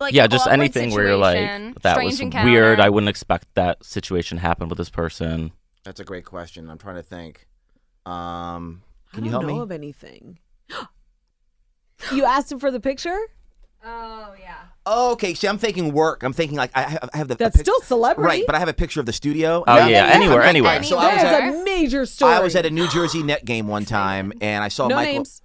[SPEAKER 1] Like
[SPEAKER 2] yeah, just
[SPEAKER 1] awkward
[SPEAKER 2] anything where you're
[SPEAKER 1] situation,
[SPEAKER 2] like, that
[SPEAKER 1] strange
[SPEAKER 2] was
[SPEAKER 1] encounter.
[SPEAKER 2] weird. I wouldn't expect that situation happened with this person.
[SPEAKER 3] That's a great question. I'm trying to think. Um,
[SPEAKER 4] I
[SPEAKER 3] can
[SPEAKER 4] don't
[SPEAKER 3] you help
[SPEAKER 4] know
[SPEAKER 3] me?
[SPEAKER 4] of anything. [gasps] you asked him for the picture.
[SPEAKER 1] Oh yeah.
[SPEAKER 3] Oh, okay, see, I'm thinking work. I'm thinking like I have, I have the a
[SPEAKER 4] That's
[SPEAKER 3] pic-
[SPEAKER 4] still celebrity.
[SPEAKER 3] right, but I have a picture of the studio.
[SPEAKER 2] Oh,
[SPEAKER 3] and I'm
[SPEAKER 2] yeah,
[SPEAKER 3] thinking-
[SPEAKER 2] anywhere,
[SPEAKER 3] I'm
[SPEAKER 2] anywhere.
[SPEAKER 3] So I was,
[SPEAKER 4] There's
[SPEAKER 3] at,
[SPEAKER 1] Anywhere.
[SPEAKER 4] a major story.
[SPEAKER 3] I was at a New Jersey Net game one time, and I saw
[SPEAKER 4] no
[SPEAKER 3] Michael.
[SPEAKER 4] names.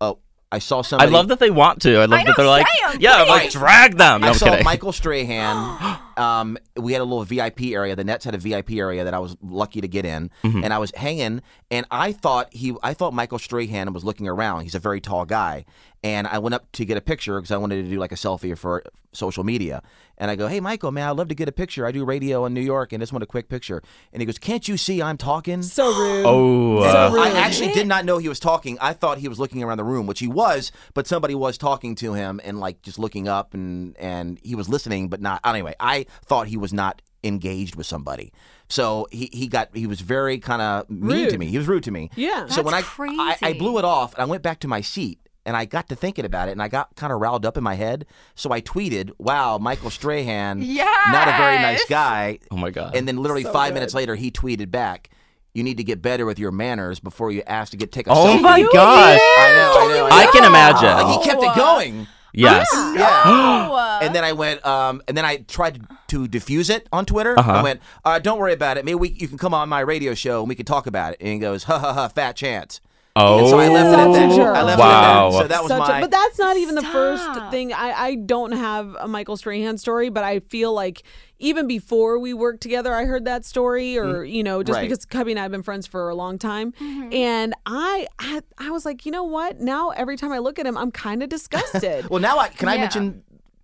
[SPEAKER 3] Oh, I saw
[SPEAKER 2] I
[SPEAKER 3] somebody.
[SPEAKER 2] love that they want to. I love
[SPEAKER 1] I know,
[SPEAKER 2] that they're like,
[SPEAKER 1] say 'em,
[SPEAKER 2] yeah, I'm like
[SPEAKER 1] please.
[SPEAKER 2] drag them. No,
[SPEAKER 3] I
[SPEAKER 2] I'm
[SPEAKER 3] saw
[SPEAKER 2] kidding. [laughs]
[SPEAKER 3] Michael Strahan. um, we had a little VIP area. The Nets had a VIP area that I was lucky to get in,
[SPEAKER 2] Mm-hmm.
[SPEAKER 3] and I was hanging. And I thought he, I thought Michael Strahan was looking around. He's a very tall guy, and I went up to get a picture because I wanted to do like a selfie for social media. And I go, "Hey, Michael, man, I'd love to get a picture. I do radio in New York, and just want a quick picture." And he goes, "Can't you see I'm talking?"
[SPEAKER 4] So rude.
[SPEAKER 2] oh,
[SPEAKER 4] So
[SPEAKER 2] uh,
[SPEAKER 4] rude.
[SPEAKER 3] I actually did not know he was talking. I thought he was looking around the room, which he was, but somebody was talking to him and like just looking up and and he was listening, but not. Anyway, I thought he was not engaged with somebody. So he, he got he was very kind of mean to
[SPEAKER 4] Rude.
[SPEAKER 3] me. He was rude to me.
[SPEAKER 4] Yeah.
[SPEAKER 3] so when I,
[SPEAKER 1] That's
[SPEAKER 3] I I
[SPEAKER 1] crazy.
[SPEAKER 3] blew it off and I went back to my seat and I got to thinking about it and I got kind of riled up in my head. So I tweeted, "Wow,
[SPEAKER 1] [laughs]
[SPEAKER 3] Michael Strahan, not a very nice
[SPEAKER 1] Yes.
[SPEAKER 3] guy."
[SPEAKER 2] oh my god.
[SPEAKER 3] And then literally
[SPEAKER 4] So
[SPEAKER 3] five
[SPEAKER 4] good.
[SPEAKER 3] minutes later, he tweeted back, "You need to get better with your manners before you ask to get take a
[SPEAKER 2] oh
[SPEAKER 3] selfie."
[SPEAKER 2] my god.
[SPEAKER 3] I know, I know, I know.
[SPEAKER 2] I can imagine.
[SPEAKER 3] Like, he kept it going.
[SPEAKER 2] Yes.
[SPEAKER 3] Yeah. [gasps] and then I went, um, and then I tried to diffuse it on Twitter. I went, uh, "Don't worry about it. Maybe we, you can come on my radio show and we can talk about it." And he goes, "Ha ha ha, fat chance."
[SPEAKER 2] Oh.
[SPEAKER 3] And so I left it at
[SPEAKER 4] Such a
[SPEAKER 3] that.
[SPEAKER 4] jerk.
[SPEAKER 3] I left
[SPEAKER 2] wow.
[SPEAKER 3] it at that. So that was
[SPEAKER 4] Such a-
[SPEAKER 3] my.
[SPEAKER 4] but that's not even the first
[SPEAKER 1] Stop.
[SPEAKER 4] thing. I, I don't have a Michael Strahan story, but I feel like even before we worked together, I heard that story, or you know, just
[SPEAKER 3] Mm-hmm. Right.
[SPEAKER 4] because Cubby and I have been friends for a long time, and I, I I was like, you know what? Now every time I look at him, I'm
[SPEAKER 3] [laughs]
[SPEAKER 4] kind of disgusted.
[SPEAKER 3] well, now I can I
[SPEAKER 1] Yeah.
[SPEAKER 3] mention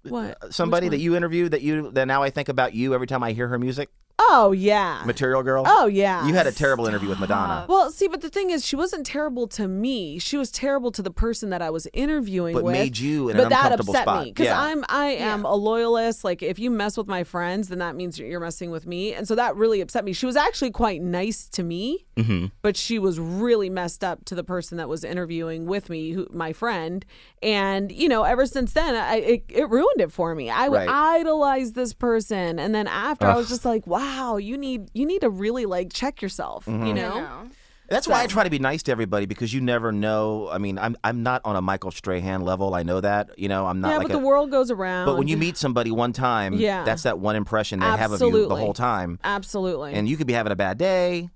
[SPEAKER 4] what?
[SPEAKER 3] somebody that you interviewed that you that now I think about you every time I hear her music,
[SPEAKER 4] Oh yeah.
[SPEAKER 3] Material Girl.
[SPEAKER 4] Oh yeah.
[SPEAKER 3] You had a terrible interview with Madonna.
[SPEAKER 4] Well, see, but the thing is, she wasn't terrible to me. She was terrible to the person that I was interviewing
[SPEAKER 3] But
[SPEAKER 4] with.
[SPEAKER 3] made you in
[SPEAKER 4] but
[SPEAKER 3] an
[SPEAKER 4] that
[SPEAKER 3] uncomfortable
[SPEAKER 4] upset
[SPEAKER 3] spot.
[SPEAKER 4] me because
[SPEAKER 3] Yeah.
[SPEAKER 4] I'm I am a loyalist. Like, if you mess with my friends, then that means you're messing with me, and so that really upset me. She was actually quite nice to me,
[SPEAKER 3] Mm-hmm.
[SPEAKER 4] but she was really messed up to the person that was interviewing with me, who, my friend. And you know, ever since then, I it, it ruined it for me. I
[SPEAKER 3] Right.
[SPEAKER 4] idolized this person, and then after, I was just like, wow, you need you need to really like check yourself,
[SPEAKER 3] Mm-hmm.
[SPEAKER 4] you know.
[SPEAKER 3] That's why I try to be nice to everybody because you never know. I mean, I'm I'm not on a Michael Strahan level. I know that. You know, I'm not
[SPEAKER 4] yeah,
[SPEAKER 3] like
[SPEAKER 4] but
[SPEAKER 3] a,
[SPEAKER 4] the world goes around.
[SPEAKER 3] but when you meet somebody one time,
[SPEAKER 4] Yeah.
[SPEAKER 3] that's that one impression they have of you the
[SPEAKER 4] Absolutely.
[SPEAKER 3] whole time.
[SPEAKER 4] absolutely,
[SPEAKER 3] And you could be having a bad day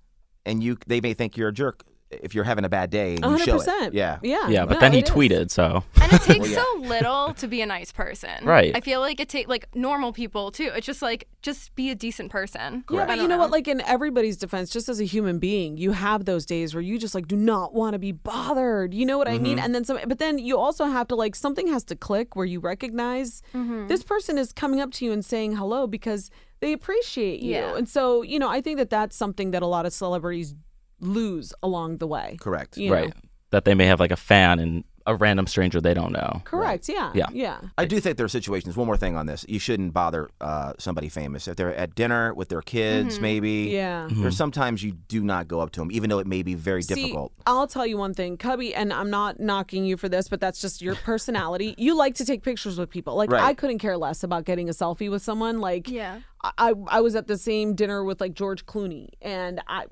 [SPEAKER 3] and you they may think you're a jerk if you're having a bad day and you show it.
[SPEAKER 4] 100%.
[SPEAKER 3] Yeah.
[SPEAKER 4] Yeah.
[SPEAKER 2] yeah, but
[SPEAKER 4] No,
[SPEAKER 2] then he
[SPEAKER 4] it is.
[SPEAKER 2] tweeted, so
[SPEAKER 1] And
[SPEAKER 3] [laughs]
[SPEAKER 1] it takes
[SPEAKER 3] yeah.
[SPEAKER 1] so little to be a nice person.
[SPEAKER 2] Right.
[SPEAKER 1] I feel like it takes like normal people too. It's just like just be a decent person.
[SPEAKER 4] Yeah,
[SPEAKER 1] I
[SPEAKER 4] but
[SPEAKER 1] don't
[SPEAKER 4] you know what? Like in everybody's defense, just as a human being, you have those days where you just like do not want to be bothered. You know what I
[SPEAKER 3] Mm-hmm.
[SPEAKER 4] mean? And then some, but then you also have to like something has to click where you recognize this person is coming up to you and saying hello because they appreciate you.
[SPEAKER 1] Yeah.
[SPEAKER 4] And so you know, I think that that's something that a lot of celebrities lose along the way.
[SPEAKER 3] Correct.
[SPEAKER 4] You know?
[SPEAKER 2] right that they may have like a fan and a random stranger they don't know.
[SPEAKER 4] Correct. Yeah.
[SPEAKER 2] Yeah.
[SPEAKER 4] Yeah.
[SPEAKER 3] I do think there are situations. One more thing on this: you shouldn't bother uh, somebody famous if they're at dinner with their kids, maybe.
[SPEAKER 4] Mm-hmm. Yeah.
[SPEAKER 3] There's sometimes you do not go up to them, even though it may be very
[SPEAKER 4] See,
[SPEAKER 3] difficult.
[SPEAKER 4] I'll tell you one thing, Cubby, and I'm not knocking you for this, but that's just
[SPEAKER 3] [laughs]
[SPEAKER 4] your personality. you like to take pictures with people. Like
[SPEAKER 3] Right.
[SPEAKER 4] I couldn't care less about getting a selfie with someone. Like
[SPEAKER 1] Yeah.
[SPEAKER 4] I I- I was at the same dinner with like George Clooney and I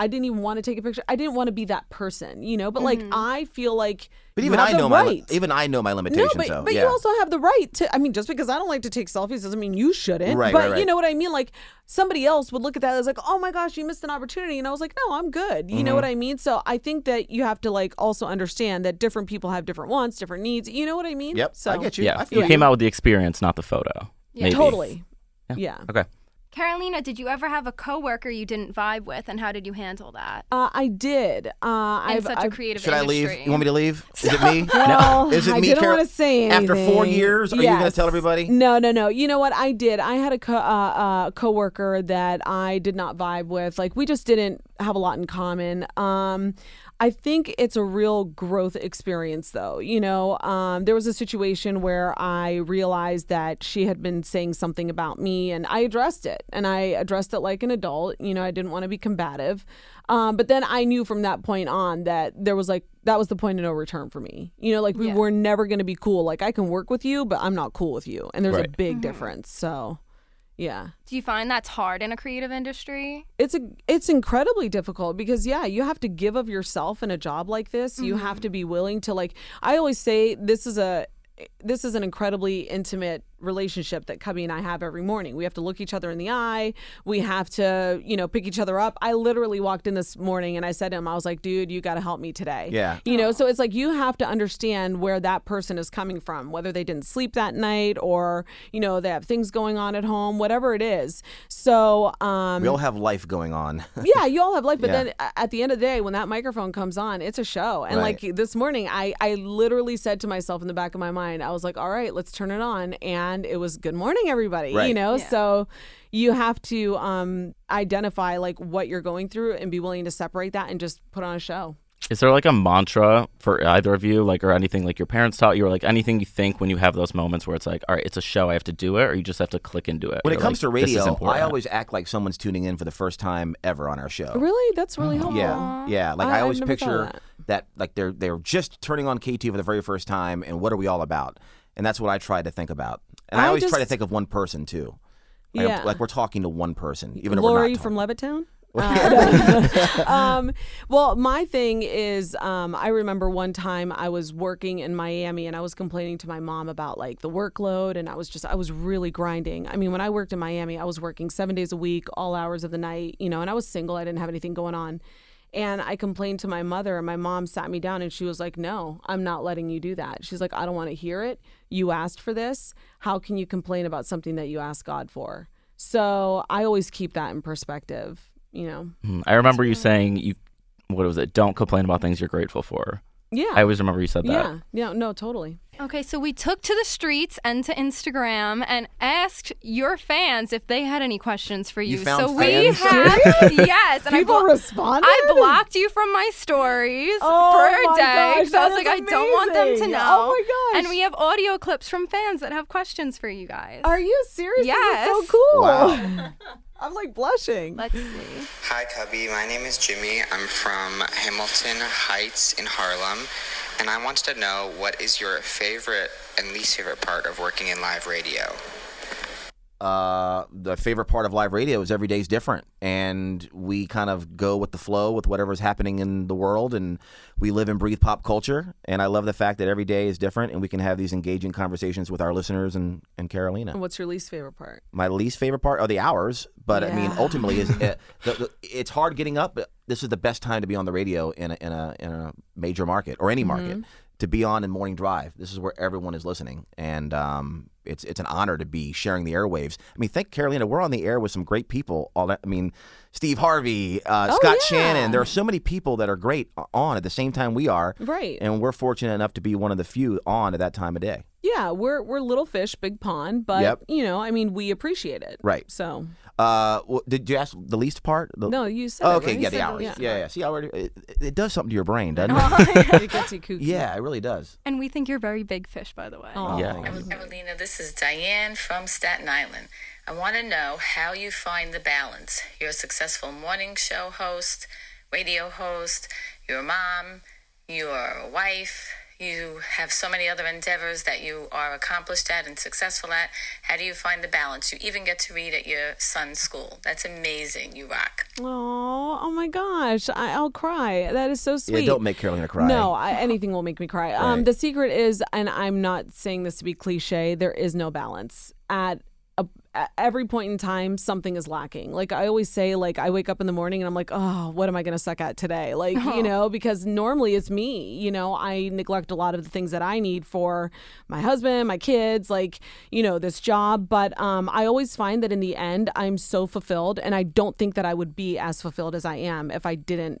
[SPEAKER 4] I didn't even want to take a picture. I didn't want to be that person, you know. But like I feel like
[SPEAKER 3] But
[SPEAKER 4] you
[SPEAKER 3] even
[SPEAKER 4] have
[SPEAKER 3] I
[SPEAKER 4] the
[SPEAKER 3] know
[SPEAKER 4] right.
[SPEAKER 3] my even I know my
[SPEAKER 4] no,
[SPEAKER 3] limitations.
[SPEAKER 4] but,
[SPEAKER 3] though.
[SPEAKER 4] but
[SPEAKER 3] yeah.
[SPEAKER 4] you also have the right to. I mean, just because I don't like to take selfies doesn't mean you shouldn't.
[SPEAKER 3] Right,
[SPEAKER 4] but
[SPEAKER 3] right, right.
[SPEAKER 4] you know what I mean? Like somebody else would look at that as like, oh my gosh, you missed an opportunity. And I was like, no, I'm good. You
[SPEAKER 3] Mm-hmm.
[SPEAKER 4] know what I mean? So I think that you have to like also understand that different people have different wants, different needs. You know what I mean?
[SPEAKER 3] Yep.
[SPEAKER 4] So
[SPEAKER 3] I get you.
[SPEAKER 2] Yeah,
[SPEAKER 3] I
[SPEAKER 2] you
[SPEAKER 3] feel
[SPEAKER 2] came out with the experience, not the photo.
[SPEAKER 1] Yeah.
[SPEAKER 2] maybe.
[SPEAKER 4] totally. Yeah.
[SPEAKER 2] Okay.
[SPEAKER 1] Carolina, did you ever have a coworker you didn't vibe with, and how did you handle that?
[SPEAKER 4] Uh, I did. Uh,
[SPEAKER 1] In
[SPEAKER 4] I've,
[SPEAKER 1] such
[SPEAKER 4] I've
[SPEAKER 1] a creative
[SPEAKER 3] Should I leave?
[SPEAKER 1] industry.
[SPEAKER 3] You want me to leave? Is
[SPEAKER 4] [laughs]
[SPEAKER 3] it me?
[SPEAKER 4] Well,
[SPEAKER 3] [laughs] Is it
[SPEAKER 4] I
[SPEAKER 3] me,
[SPEAKER 4] didn't
[SPEAKER 3] Carol?
[SPEAKER 4] want to say anything.
[SPEAKER 3] After four years, are you gonna
[SPEAKER 4] Yes.
[SPEAKER 3] tell everybody?
[SPEAKER 4] No, no, no. You know what? I did. I had a co- uh, uh, coworker that I did not vibe with. Like we just didn't have a lot in common. Um, I think it's a real growth experience, though. You know, um, there was a situation where I realized that she had been saying something about me, and I addressed it, and I addressed it like an adult. You know, I didn't want to be combative. Um, but then I knew from that point on that there was like that was the point of no return for me. You know, like we
[SPEAKER 1] Yeah.
[SPEAKER 4] were never going to be cool. Like I can work with you, but I'm not cool with you. And there's a
[SPEAKER 2] Right.
[SPEAKER 4] big difference. So, yeah.
[SPEAKER 1] Do you find that's hard in a creative industry?
[SPEAKER 4] It's a it's incredibly difficult because yeah, you have to give of yourself in a job like this. You
[SPEAKER 3] Mm-hmm.
[SPEAKER 4] have to be willing to like I always say this is a this is an incredibly intimate relationship that Cubby and I have every morning. We have to look each other in the eye. We have to, you know, pick each other up. I literally walked in this morning and I said to him, I was like, dude, you got to help me today.
[SPEAKER 3] Yeah.
[SPEAKER 4] You know, so it's like you have to understand where that person is coming from, whether they didn't sleep that night or, you know, they have things going on at home, whatever it is. So, um,
[SPEAKER 3] we all have life going on. [laughs]
[SPEAKER 4] yeah, you all have life, but
[SPEAKER 3] Yeah.
[SPEAKER 4] then a- at the end of the day, when that microphone comes on, it's a show. And
[SPEAKER 3] Right.
[SPEAKER 4] like this morning, I I literally said to myself in the back of my mind, I was like, "All right, let's turn it on," and it was "Good morning, everybody." You
[SPEAKER 3] Right.
[SPEAKER 4] know,
[SPEAKER 1] Yeah.
[SPEAKER 4] so you have to um identify like what you're going through and be willing to separate that and just put on a show.
[SPEAKER 2] Is there like a mantra for either of you, like, or anything like your parents taught you, or like anything you think when you have those moments where it's like, all right, it's a show, I have to do it, or you just have to click and do it?
[SPEAKER 3] When it
[SPEAKER 2] You're
[SPEAKER 3] comes
[SPEAKER 2] like,
[SPEAKER 3] to
[SPEAKER 2] this is
[SPEAKER 3] radio, I
[SPEAKER 2] important.
[SPEAKER 3] always act like someone's tuning in for the first time ever on our show.
[SPEAKER 4] Really, that's really helpful.
[SPEAKER 3] Oh. Yeah, yeah. Like
[SPEAKER 4] I-
[SPEAKER 3] I,
[SPEAKER 4] I've
[SPEAKER 3] always
[SPEAKER 4] never thought
[SPEAKER 3] picture
[SPEAKER 4] of
[SPEAKER 3] that. like they're they're just turning on KT for the very first time, and what are we all about? And that's what I try to think about. And I,
[SPEAKER 4] I
[SPEAKER 3] always try to
[SPEAKER 4] just-
[SPEAKER 3] think of one person too. Like, I'm-
[SPEAKER 4] Yeah.
[SPEAKER 3] like we're talking to one person, even though we're
[SPEAKER 4] Lori
[SPEAKER 3] not
[SPEAKER 4] from
[SPEAKER 3] talking. [laughs]
[SPEAKER 4] Levittown. Uh, [laughs] um, well, my thing is, um, I remember one time I was working in Miami and I was complaining to my mom about like the workload, and I was just, I was really grinding. I mean, when I worked in Miami, I was working seven days a week, all hours of the night, you know, and I was single, I didn't have anything going on. And I complained to my mother, and my mom sat me down and she was like, No, I'm not letting you do that. She's like, I don't want to hear it. You asked for this. How can you complain about something that you asked God for? So I always keep that in perspective, you know?
[SPEAKER 2] Mm, I remember you saying you, what was it? Don't complain about things you're grateful for.
[SPEAKER 4] Yeah.
[SPEAKER 2] I always remember you said that.
[SPEAKER 4] yeah. Yeah. No, totally.
[SPEAKER 1] Okay, so we took to the streets and to Instagram and asked your fans if they had any questions for you.
[SPEAKER 3] You found
[SPEAKER 1] so
[SPEAKER 3] fans?
[SPEAKER 1] we have yes, and I blo-
[SPEAKER 4] responded.
[SPEAKER 1] I blocked you from my stories
[SPEAKER 4] Oh
[SPEAKER 1] for
[SPEAKER 4] my
[SPEAKER 1] a day
[SPEAKER 4] gosh,
[SPEAKER 1] because I
[SPEAKER 4] that
[SPEAKER 1] was like,
[SPEAKER 4] is
[SPEAKER 1] I don't want them to
[SPEAKER 4] amazing.
[SPEAKER 1] know.
[SPEAKER 4] Oh my gosh.
[SPEAKER 1] And we have audio clips from fans that have questions for you guys.
[SPEAKER 4] Are you serious? This is
[SPEAKER 1] Yes.
[SPEAKER 4] so cool.
[SPEAKER 3] Wow.
[SPEAKER 4] [laughs] I'm like blushing.
[SPEAKER 1] Let's see.
[SPEAKER 6] Hi, Cubby. My name is Jimmy. I'm from Hamilton Heights in Harlem. And I wanted to know what is your favorite and least favorite part of working in live radio?
[SPEAKER 3] uh, the favorite part of live radio is every day's different, and we kind of go with the flow with whatever's happening in the world, and we live and breathe pop culture. And I love the fact that every day is different, and we can have these engaging conversations with our listeners and and Carolina
[SPEAKER 4] And what's your least favorite part?
[SPEAKER 3] my least favorite part are the hours but i mean
[SPEAKER 4] Yeah.
[SPEAKER 3] ultimately
[SPEAKER 4] [laughs]
[SPEAKER 3] is uh, the, the, it's hard getting up but this is the best time to be on the radio in a, in a, in a major market or any market
[SPEAKER 4] Mm-hmm.
[SPEAKER 3] to be on in morning drive this is where everyone is listening and um, it's it's an honor to be sharing the airwaves i mean thank carolina we're on the air with some great people all that i mean steve harvey
[SPEAKER 4] Oh,
[SPEAKER 3] uh, scott shannon there are so many people that are great on at the same time we are
[SPEAKER 4] Right.
[SPEAKER 3] and we're fortunate enough to be one of the few on at that time of day
[SPEAKER 4] Yeah, we're we're little fish, big pond, but
[SPEAKER 3] Yep.
[SPEAKER 4] you know, I mean, we appreciate it.
[SPEAKER 3] Right.
[SPEAKER 4] So
[SPEAKER 3] uh, wh- did you ask the least part The-
[SPEAKER 4] no, you said
[SPEAKER 3] Oh,
[SPEAKER 4] it,
[SPEAKER 3] okay,
[SPEAKER 4] right?
[SPEAKER 3] yeah,
[SPEAKER 4] You
[SPEAKER 3] the
[SPEAKER 4] said
[SPEAKER 3] hours. Yeah,
[SPEAKER 4] yeah.
[SPEAKER 3] yeah. See, I already, it, it- it does something to your brain,
[SPEAKER 4] [laughs]
[SPEAKER 3] doesn't it?
[SPEAKER 4] it gets Oh, you kooky.
[SPEAKER 3] [laughs] yeah, it really does.
[SPEAKER 1] And we think you're very big fish, by the way.
[SPEAKER 4] Aw.
[SPEAKER 2] Yeah.
[SPEAKER 7] Evelina, this is Diane from Staten Island. I want to know how you find the balance. You're a successful morning show host, radio host, your mom, your wife. You have so many other endeavors that you are accomplished at and successful at. How do you find the balance? You even get to read at your son's school. That's amazing. You rock.
[SPEAKER 4] Oh, oh my gosh, I, I'll cry. That is so sweet.
[SPEAKER 3] Yeah, don't make Carolina cry.
[SPEAKER 4] No, I, anything will make me cry. Um,
[SPEAKER 3] Right.
[SPEAKER 4] the secret is, and I'm not saying this to be cliche. There is no balance at. a- At every point in time, something is lacking. Like I always say, like I wake up in the morning and I'm like, oh, what am I going to suck at today? Like you know, because normally it's me. You know, I neglect a lot of the things that I need for my husband, my kids, like you know, this job. But um, I always find that in the end, I'm so fulfilled, and I don't think that I would be as fulfilled as I am if I didn't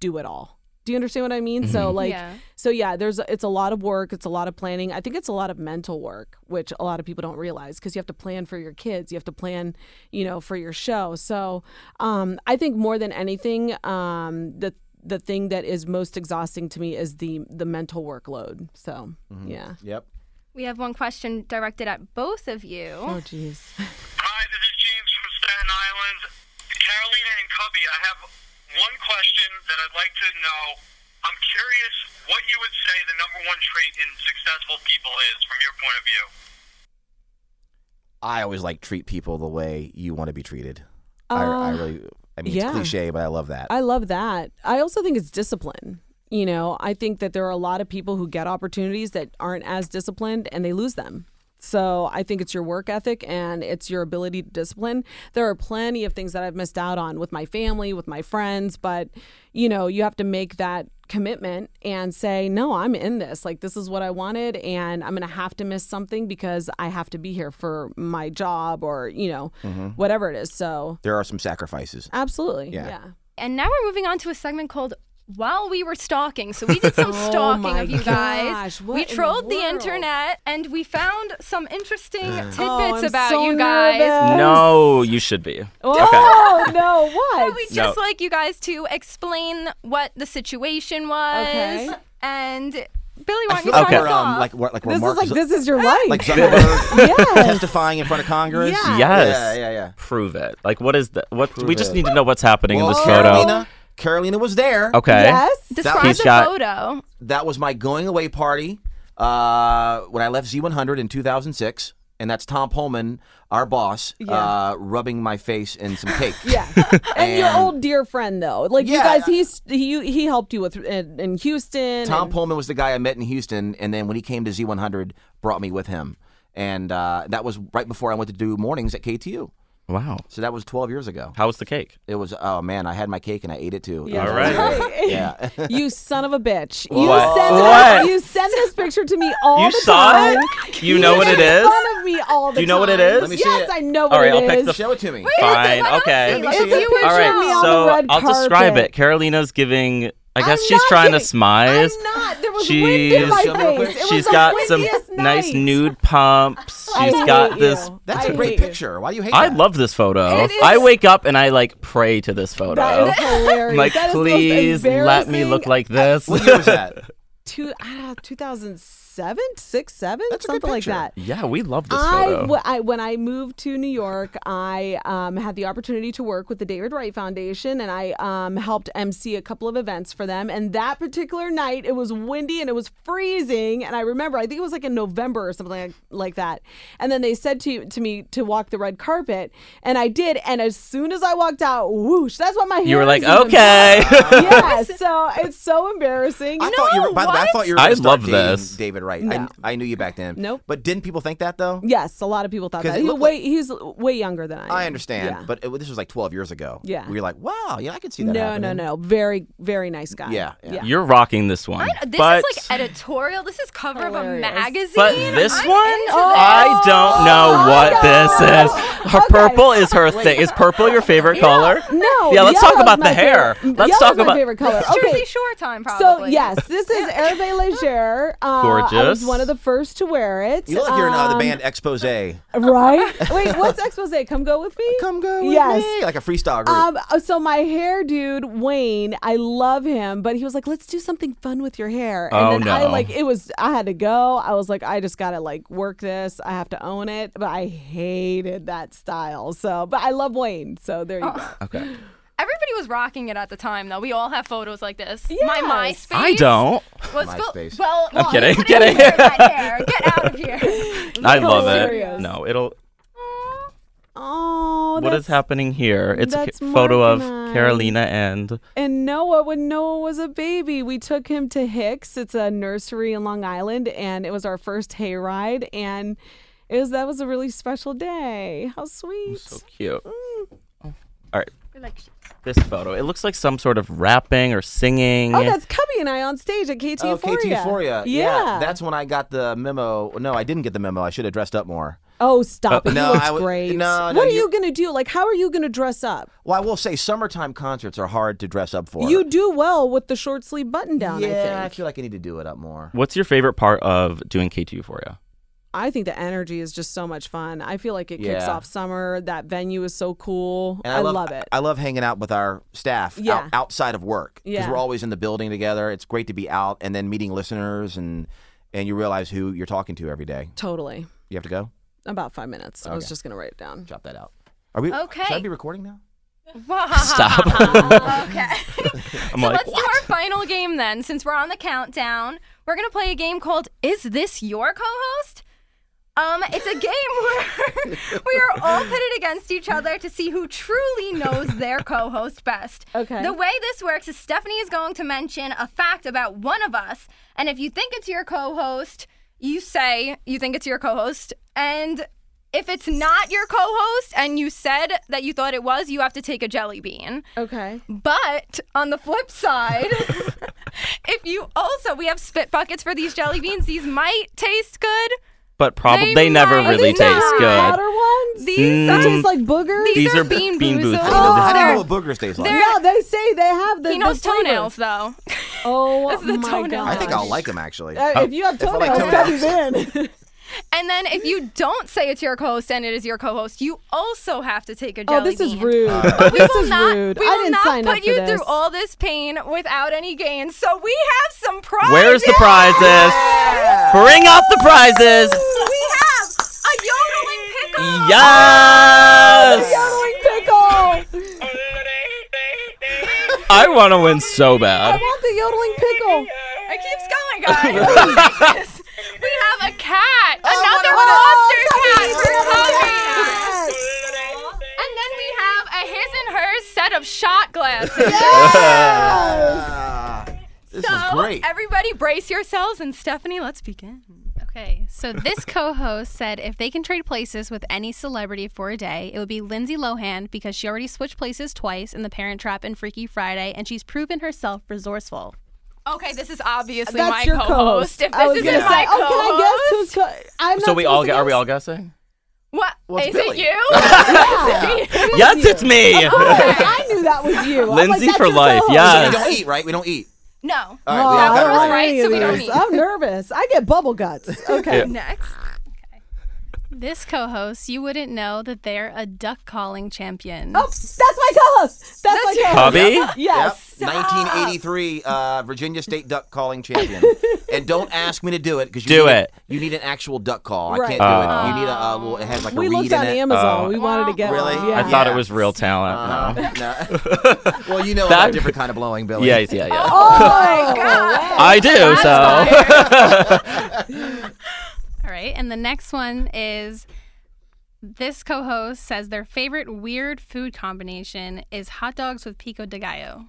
[SPEAKER 4] do it all. Do you understand what I mean? So like
[SPEAKER 1] Yeah.
[SPEAKER 4] so yeah, there's it's a lot of work, it's a lot of planning. I think it's a lot of mental work, which a lot of people don't realize because you have to plan for your kids, you have to plan, you know, for your show. So um I think more than anything, um the the thing that is most exhausting to me is the the mental workload. So yeah.
[SPEAKER 3] Yep.
[SPEAKER 1] We have one question directed at both of you.
[SPEAKER 4] Oh jeez.
[SPEAKER 8] Hi, this is James from Staten Island. Carolina and Cubby, I have one question that I'd like to know. I'm curious what you would say the number one trait in successful people is from your point of view.
[SPEAKER 3] I always like treat people the way you want to be treated. I, I
[SPEAKER 4] Uh,
[SPEAKER 3] really, I mean,
[SPEAKER 4] yeah.
[SPEAKER 3] it's cliche, but I love that.
[SPEAKER 4] I love that. I also think it's discipline. You know, I think that there are a lot of people who get opportunities that aren't as disciplined and they lose them. So I think it's your work ethic and it's your ability to discipline. There are plenty of things that I've missed out on with my family, with my friends, but you know, you have to make that commitment and say, "No, I'm in this. Like this is what I wanted and I'm going to have to miss something because I have to be here for my job or, you know, whatever it is." So,
[SPEAKER 3] there are some sacrifices.
[SPEAKER 4] absolutely.
[SPEAKER 3] Yeah.
[SPEAKER 4] yeah.
[SPEAKER 1] And now we're moving on to a segment called While We Were Stalking. So we did
[SPEAKER 4] [laughs]
[SPEAKER 1] some stalking
[SPEAKER 4] Oh my
[SPEAKER 1] of you guys.
[SPEAKER 4] gosh, what
[SPEAKER 1] we
[SPEAKER 4] in the
[SPEAKER 1] trolled the,
[SPEAKER 4] world?
[SPEAKER 1] internet and we found some interesting tidbits
[SPEAKER 4] Oh, I'm
[SPEAKER 1] about
[SPEAKER 4] so
[SPEAKER 1] you guys.
[SPEAKER 4] nervous.
[SPEAKER 2] No, you should be.
[SPEAKER 4] Oh no!
[SPEAKER 2] [laughs]
[SPEAKER 4] What?
[SPEAKER 1] We'd
[SPEAKER 2] No.
[SPEAKER 1] just like you guys to explain what the situation was.
[SPEAKER 4] Okay.
[SPEAKER 1] And Billy, why don't you
[SPEAKER 3] like
[SPEAKER 1] start
[SPEAKER 3] we're
[SPEAKER 1] us
[SPEAKER 3] um,
[SPEAKER 1] off?
[SPEAKER 3] like we're, like we're
[SPEAKER 4] this
[SPEAKER 3] Mark,
[SPEAKER 4] is like this [laughs] is your life.
[SPEAKER 3] like Zuckerberg testifying in front of Congress.
[SPEAKER 4] Yeah.
[SPEAKER 2] Yes.
[SPEAKER 3] Yeah, yeah, yeah.
[SPEAKER 2] Prove it. Like, what is that? What we just
[SPEAKER 3] it.
[SPEAKER 2] need to know what's happening in this
[SPEAKER 3] Well,
[SPEAKER 2] photo.
[SPEAKER 3] Oh, Carolina, Carolina was there.
[SPEAKER 2] Okay.
[SPEAKER 4] yes.
[SPEAKER 1] Describe
[SPEAKER 2] He's
[SPEAKER 1] the
[SPEAKER 2] got-
[SPEAKER 1] photo.
[SPEAKER 3] that was my going away party uh, when I left Z100 in 2006. And that's Tom Pullman, our boss, uh, rubbing my face in some cake.
[SPEAKER 4] [laughs] Yeah. And, your old dear friend though, like you
[SPEAKER 3] Yeah.
[SPEAKER 4] guys, he's he he helped you with in, in Houston.
[SPEAKER 3] Tom
[SPEAKER 4] and-
[SPEAKER 3] Pullman was the guy I met in Houston, and then when he came to Z100, brought me with him. And uh, that was right before I went to do mornings at KTU.
[SPEAKER 2] Wow.
[SPEAKER 3] So that was 12 years ago.
[SPEAKER 2] How was the cake?
[SPEAKER 3] It was, oh man, I had my cake and I ate it too. It
[SPEAKER 4] Yeah.
[SPEAKER 3] was
[SPEAKER 2] All right.
[SPEAKER 4] Hey.
[SPEAKER 3] Yeah.
[SPEAKER 4] You son of a bitch!
[SPEAKER 2] What?
[SPEAKER 4] You send
[SPEAKER 2] What?
[SPEAKER 4] This, you send this picture to me all
[SPEAKER 2] You
[SPEAKER 4] the
[SPEAKER 2] saw
[SPEAKER 4] time.
[SPEAKER 2] it? You know what it
[SPEAKER 4] make
[SPEAKER 2] is?
[SPEAKER 4] Fun of me all the
[SPEAKER 2] Do you know what it
[SPEAKER 4] time.
[SPEAKER 2] is? Let
[SPEAKER 3] me see
[SPEAKER 4] yes,
[SPEAKER 3] it.
[SPEAKER 4] I know
[SPEAKER 2] All
[SPEAKER 4] what
[SPEAKER 2] right,
[SPEAKER 4] it
[SPEAKER 2] I'll pick
[SPEAKER 4] is.
[SPEAKER 2] the
[SPEAKER 3] [laughs] Show it to me.
[SPEAKER 2] Fine.
[SPEAKER 1] Let us
[SPEAKER 2] Okay.
[SPEAKER 1] see. Let us
[SPEAKER 4] It's a
[SPEAKER 1] see it.
[SPEAKER 4] picture
[SPEAKER 2] All
[SPEAKER 4] of me
[SPEAKER 2] right.
[SPEAKER 4] on the
[SPEAKER 2] So
[SPEAKER 4] red
[SPEAKER 2] I'll describe
[SPEAKER 4] carpet.
[SPEAKER 2] it. Carolina's giving. I guess
[SPEAKER 4] I'm
[SPEAKER 2] she's
[SPEAKER 4] not
[SPEAKER 2] trying to
[SPEAKER 4] kidding.
[SPEAKER 2] smize.
[SPEAKER 4] I'm not. There was wind in
[SPEAKER 2] She's
[SPEAKER 4] my
[SPEAKER 3] Show me real
[SPEAKER 4] face.
[SPEAKER 3] quick.
[SPEAKER 4] It
[SPEAKER 2] she's
[SPEAKER 4] was
[SPEAKER 2] got
[SPEAKER 4] the
[SPEAKER 2] some
[SPEAKER 4] windiest
[SPEAKER 2] nice
[SPEAKER 4] night.
[SPEAKER 2] nude pumps.
[SPEAKER 4] [laughs] I
[SPEAKER 2] She's
[SPEAKER 4] hate
[SPEAKER 2] got this.
[SPEAKER 4] you.
[SPEAKER 3] That's
[SPEAKER 4] I
[SPEAKER 3] a great
[SPEAKER 4] hate you.
[SPEAKER 3] picture. Why do you hate
[SPEAKER 2] I
[SPEAKER 3] that?
[SPEAKER 2] love this photo.
[SPEAKER 1] It is-
[SPEAKER 2] I wake up and I like pray to this photo.
[SPEAKER 4] That is hilarious.
[SPEAKER 2] like,
[SPEAKER 4] That is the most
[SPEAKER 2] please let me
[SPEAKER 4] embarrassing
[SPEAKER 2] look like this.
[SPEAKER 3] What year was that?
[SPEAKER 4] two, ah, 2006. seven, six, seven,
[SPEAKER 3] That's a good
[SPEAKER 4] something like
[SPEAKER 3] picture.
[SPEAKER 4] that.
[SPEAKER 2] Yeah, we love this
[SPEAKER 4] I,
[SPEAKER 2] photo.
[SPEAKER 4] w- I when I moved to New York, I um, had the opportunity to work with the David Wright Foundation, and I um, helped MC a couple of events for them. And that particular night, it was windy and it was freezing. And I remember, I think it was like in November or something like, like that. And then they said to to me to walk the red carpet, and I did. And as soon as I walked out, whoosh, that's what my hair
[SPEAKER 2] you were like,
[SPEAKER 4] was even-
[SPEAKER 2] okay. [laughs]
[SPEAKER 4] yeah, so it's so embarrassing.
[SPEAKER 3] I thought you were. By the way, I
[SPEAKER 1] what?
[SPEAKER 3] thought you were.
[SPEAKER 2] I
[SPEAKER 3] gonna
[SPEAKER 2] love
[SPEAKER 3] start dating
[SPEAKER 2] this.
[SPEAKER 3] David Wright.
[SPEAKER 4] No.
[SPEAKER 3] I, I knew you back then.
[SPEAKER 4] Nope.
[SPEAKER 3] But didn't people think that though?
[SPEAKER 4] Yes, a lot of people thought
[SPEAKER 3] 'Cause
[SPEAKER 4] that.
[SPEAKER 3] it
[SPEAKER 4] He,
[SPEAKER 3] looked
[SPEAKER 4] way, he's way younger than I am.
[SPEAKER 3] I understand,
[SPEAKER 4] Yeah.
[SPEAKER 3] but it, this was like 12 years ago.
[SPEAKER 4] Yeah.
[SPEAKER 3] we were like, wow, yeah, I could see that.
[SPEAKER 4] no, no,
[SPEAKER 3] happening.
[SPEAKER 4] no. Very, very nice guy.
[SPEAKER 3] Yeah, yeah.
[SPEAKER 2] You're rocking this one.
[SPEAKER 1] This
[SPEAKER 2] but,
[SPEAKER 1] is like editorial. This is cover
[SPEAKER 4] Hilarious. Oh,
[SPEAKER 1] of a magazine.
[SPEAKER 2] But this
[SPEAKER 1] I'm
[SPEAKER 2] one,
[SPEAKER 1] into
[SPEAKER 2] I
[SPEAKER 1] this.
[SPEAKER 2] don't know what this is. Her
[SPEAKER 4] Okay.
[SPEAKER 2] purple is her thing. Is purple your favorite color?
[SPEAKER 4] No.
[SPEAKER 2] Yeah, let's
[SPEAKER 4] yellow
[SPEAKER 2] talk
[SPEAKER 4] is
[SPEAKER 2] about
[SPEAKER 4] my
[SPEAKER 2] the hair.
[SPEAKER 4] favorite-
[SPEAKER 2] Let's
[SPEAKER 4] yellow
[SPEAKER 2] talk
[SPEAKER 4] is my
[SPEAKER 2] about-
[SPEAKER 4] favorite color.
[SPEAKER 1] Jersey
[SPEAKER 4] Okay.
[SPEAKER 1] Shore time, probably.
[SPEAKER 4] So yes,
[SPEAKER 2] [laughs]
[SPEAKER 4] this is Hervé Leger. Uh, I
[SPEAKER 2] Gorgeous.
[SPEAKER 4] was one of the first to wear it.
[SPEAKER 3] You look like you're in uh, the
[SPEAKER 4] Um,
[SPEAKER 3] band Expose. Come [laughs]
[SPEAKER 4] right? Wait, what's expose? Come go with me.
[SPEAKER 3] go with
[SPEAKER 4] yes.
[SPEAKER 3] me, like a freestyle group.
[SPEAKER 4] Um, uh, so my hair dude Wayne, I love him, but he was like, "Let's do something fun with your hair." And
[SPEAKER 2] Oh,
[SPEAKER 4] then I
[SPEAKER 2] no.
[SPEAKER 4] like it was I had to go. I was like, I just gotta like work this. I have to own it. But I hated that style. So, but I love Wayne. So there you
[SPEAKER 2] Oh.
[SPEAKER 4] go.
[SPEAKER 2] Okay.
[SPEAKER 1] Everybody was rocking it at the time, though. We all have photos like this. My
[SPEAKER 4] Yes.
[SPEAKER 1] MySpace.
[SPEAKER 2] I don't.
[SPEAKER 1] Was fil-
[SPEAKER 3] MySpace.
[SPEAKER 1] well,
[SPEAKER 2] I'm
[SPEAKER 1] well,
[SPEAKER 2] kidding,
[SPEAKER 1] you
[SPEAKER 2] kidding.
[SPEAKER 1] didn't wear that hair. Get out of
[SPEAKER 2] [laughs]
[SPEAKER 1] here.
[SPEAKER 2] I love it.
[SPEAKER 4] oh, serious.
[SPEAKER 2] No, it'll.
[SPEAKER 4] Oh,
[SPEAKER 2] what is
[SPEAKER 4] that's-
[SPEAKER 2] happening here? It's a
[SPEAKER 4] that's
[SPEAKER 2] ca- photo of
[SPEAKER 4] Mark and I.
[SPEAKER 2] Carolina and
[SPEAKER 4] And Noah, when Noah was a baby, we took him to Hicks. It's a nursery in Long Island, and it was our first hayride, and it was that was a really special day. How sweet!
[SPEAKER 2] so cute.
[SPEAKER 4] Oh.
[SPEAKER 2] All right. This photo. It looks like some sort of rapping or singing.
[SPEAKER 4] Oh, that's Cubby and I on stage at KT
[SPEAKER 3] Oh,
[SPEAKER 4] Euphoria.
[SPEAKER 3] KT Euphoria.
[SPEAKER 4] Yeah.
[SPEAKER 3] That's when I got the memo. No, I didn't get the memo. I should have dressed up more.
[SPEAKER 4] oh, stop
[SPEAKER 2] Uh,
[SPEAKER 4] it.
[SPEAKER 3] no,
[SPEAKER 4] you looked
[SPEAKER 3] I w-
[SPEAKER 4] great.
[SPEAKER 3] no, no,
[SPEAKER 4] what are
[SPEAKER 3] you-
[SPEAKER 4] you going to do? Like, how are you going to dress up?
[SPEAKER 3] Well, I will say summertime concerts are hard to dress up for.
[SPEAKER 4] You do well with the short sleeve button down, I
[SPEAKER 3] Yeah, I,
[SPEAKER 4] think.
[SPEAKER 3] feel like I need to do it up more.
[SPEAKER 2] What's your favorite part of doing KT Euphoria?
[SPEAKER 4] I think the energy is just so much fun. I feel like it kicks
[SPEAKER 3] Yeah.
[SPEAKER 4] off summer. That venue is so cool.
[SPEAKER 3] And
[SPEAKER 4] I,
[SPEAKER 3] love,
[SPEAKER 4] love it.
[SPEAKER 3] I love hanging out with our staff
[SPEAKER 4] Yeah.
[SPEAKER 3] out, outside of work because
[SPEAKER 4] Yeah.
[SPEAKER 3] we're always in the building together. It's great to be out and then meeting listeners and and you realize who you're talking to every day.
[SPEAKER 4] totally.
[SPEAKER 3] You have to go
[SPEAKER 4] About five minutes. I was
[SPEAKER 3] Okay.
[SPEAKER 4] just going to write it down.
[SPEAKER 3] chop that out. Are we Should I
[SPEAKER 1] Okay.
[SPEAKER 3] be recording now?
[SPEAKER 2] Stop.
[SPEAKER 1] okay.
[SPEAKER 2] I'm
[SPEAKER 1] so
[SPEAKER 2] like,
[SPEAKER 1] let's do our final game then. Since we're on the countdown, we're gonna play a game called "Is This Your Co-host?" Um, it's a game [laughs] where we are all pitted against each other to see who truly knows their co-host best.
[SPEAKER 4] Okay.
[SPEAKER 1] The way this works is Stephanie is going to mention a fact about one of us, and if you think it's your co-host, you say you think it's your co-host, and if it's not your co-host and you said that you thought it was, you have to take a jelly bean.
[SPEAKER 4] Okay.
[SPEAKER 1] But on the flip side, [laughs] if you also we have spit buckets for these jelly beans. These might taste good.
[SPEAKER 2] but
[SPEAKER 1] They
[SPEAKER 2] probably they, never
[SPEAKER 1] might-
[SPEAKER 2] really
[SPEAKER 1] They
[SPEAKER 2] taste
[SPEAKER 1] never
[SPEAKER 2] good.
[SPEAKER 4] Outer ones?
[SPEAKER 1] These
[SPEAKER 4] They
[SPEAKER 1] are
[SPEAKER 4] taste like boogers?
[SPEAKER 1] these,
[SPEAKER 2] These
[SPEAKER 1] are,
[SPEAKER 2] are
[SPEAKER 1] bean,
[SPEAKER 2] bean
[SPEAKER 1] boozles.
[SPEAKER 2] boozles.
[SPEAKER 4] Oh,
[SPEAKER 2] I
[SPEAKER 3] I didn't know- I didn't
[SPEAKER 1] They're-
[SPEAKER 3] know what boogers taste like.
[SPEAKER 1] they're-
[SPEAKER 4] no, they say they have the.
[SPEAKER 1] he knows
[SPEAKER 4] the flavor.
[SPEAKER 1] toenails though.
[SPEAKER 4] Oh,
[SPEAKER 1] [laughs] This is a
[SPEAKER 4] my
[SPEAKER 1] toenail.
[SPEAKER 4] God.
[SPEAKER 3] I think I'll like them actually.
[SPEAKER 4] Uh, if you have
[SPEAKER 3] I like
[SPEAKER 4] toenails, Cubby's
[SPEAKER 1] [laughs]
[SPEAKER 4] in.
[SPEAKER 1] and then if you don't say it's your co-host and it is your co-host, you also have to take a jelly
[SPEAKER 4] oh, this
[SPEAKER 1] bean.
[SPEAKER 4] is rude.
[SPEAKER 1] We
[SPEAKER 4] this
[SPEAKER 1] will
[SPEAKER 4] is
[SPEAKER 1] not,
[SPEAKER 4] rude.
[SPEAKER 1] We
[SPEAKER 4] I
[SPEAKER 1] will
[SPEAKER 4] didn't
[SPEAKER 1] not
[SPEAKER 4] sign
[SPEAKER 1] put
[SPEAKER 4] up for
[SPEAKER 1] you
[SPEAKER 4] this.
[SPEAKER 1] through [laughs] all this pain without any gain. So we have some prizes.
[SPEAKER 2] Where's the prizes? Bring out the prizes.
[SPEAKER 1] We have a yodeling pickle.
[SPEAKER 2] Yes.
[SPEAKER 4] Yodeling pickle.
[SPEAKER 2] I want to win so
[SPEAKER 4] I
[SPEAKER 2] bad.
[SPEAKER 4] want the yodeling pickle.
[SPEAKER 1] It keeps [laughs] going, guys. we have a cat. Another Oh, monster cat for Kobe.
[SPEAKER 4] Yes.
[SPEAKER 1] And then we have a his and hers set of shot [laughs] glasses.
[SPEAKER 3] Ah, [laughs] this
[SPEAKER 1] so
[SPEAKER 3] is great.
[SPEAKER 1] everybody brace yourselves and Stephanie, let's begin.
[SPEAKER 5] Okay, so this [laughs] co-host said if they can trade places with any celebrity for a day, it would be Lindsay Lohan because she already switched places twice in The Parent Trap and Freaky Friday, and she's proven herself resourceful.
[SPEAKER 1] Okay, this is obviously
[SPEAKER 4] That's
[SPEAKER 1] my
[SPEAKER 4] your
[SPEAKER 1] co-host. If
[SPEAKER 4] I
[SPEAKER 1] this
[SPEAKER 4] was
[SPEAKER 1] isn't
[SPEAKER 4] gonna
[SPEAKER 1] my
[SPEAKER 4] say,
[SPEAKER 1] co-host,
[SPEAKER 4] oh, can I guess who's co- I'm
[SPEAKER 2] So
[SPEAKER 4] not
[SPEAKER 2] we all
[SPEAKER 4] supposed to
[SPEAKER 2] get, are we
[SPEAKER 4] guess?
[SPEAKER 2] all guessing?
[SPEAKER 1] what
[SPEAKER 3] Well,
[SPEAKER 1] is
[SPEAKER 3] it's Billy.
[SPEAKER 1] it? You?
[SPEAKER 2] Yes, it's me.
[SPEAKER 4] [laughs] I knew that was you. I'm like,
[SPEAKER 2] Lindsay
[SPEAKER 4] that's
[SPEAKER 2] for
[SPEAKER 4] your
[SPEAKER 2] life,
[SPEAKER 4] co-host.
[SPEAKER 2] yeah.
[SPEAKER 3] So we don't eat, right? We don't eat.
[SPEAKER 1] no.
[SPEAKER 3] All right, we
[SPEAKER 4] Oh,
[SPEAKER 3] have
[SPEAKER 4] I
[SPEAKER 3] that
[SPEAKER 4] don't
[SPEAKER 1] right.
[SPEAKER 4] want
[SPEAKER 3] right.
[SPEAKER 1] Right,
[SPEAKER 4] any
[SPEAKER 1] so
[SPEAKER 4] of
[SPEAKER 1] we don't
[SPEAKER 4] these.
[SPEAKER 1] need-
[SPEAKER 4] I'm nervous. I get
[SPEAKER 1] [laughs]
[SPEAKER 4] bubble guts. Okay.
[SPEAKER 1] Next.
[SPEAKER 5] This co-host, you wouldn't know that they're a duck calling champion.
[SPEAKER 4] Oh, that's my co-host. That's, my co-host.
[SPEAKER 2] Hobby?
[SPEAKER 4] Yes.
[SPEAKER 1] Stop.
[SPEAKER 3] 1983 uh, Virginia State duck calling
[SPEAKER 4] [laughs]
[SPEAKER 3] champion. and don't ask me to do it because you
[SPEAKER 2] Do
[SPEAKER 3] need,
[SPEAKER 2] it.
[SPEAKER 3] You need an actual duck call. I
[SPEAKER 4] Right.
[SPEAKER 3] can't do it. You need a uh, little. It has like
[SPEAKER 4] we
[SPEAKER 3] a reed in
[SPEAKER 4] looked on
[SPEAKER 3] it.
[SPEAKER 4] Amazon. we wanted to get
[SPEAKER 3] Really?
[SPEAKER 4] one.
[SPEAKER 2] Uh,
[SPEAKER 4] Yeah.
[SPEAKER 2] I thought
[SPEAKER 3] Yeah.
[SPEAKER 2] it was real talent. No.
[SPEAKER 3] Uh-huh. [laughs] No. [laughs] well, you know
[SPEAKER 2] That-
[SPEAKER 3] about different kind of blowing,
[SPEAKER 2] [laughs]
[SPEAKER 3] Billy.
[SPEAKER 2] Yeah, yeah,
[SPEAKER 3] [laughs]
[SPEAKER 2] yeah. [laughs]
[SPEAKER 4] Oh
[SPEAKER 1] Oh
[SPEAKER 4] my
[SPEAKER 1] my God.
[SPEAKER 2] I do. so
[SPEAKER 5] [laughs] All right. And the next one is this co host says their favorite weird food combination is hot dogs with pico de gallo.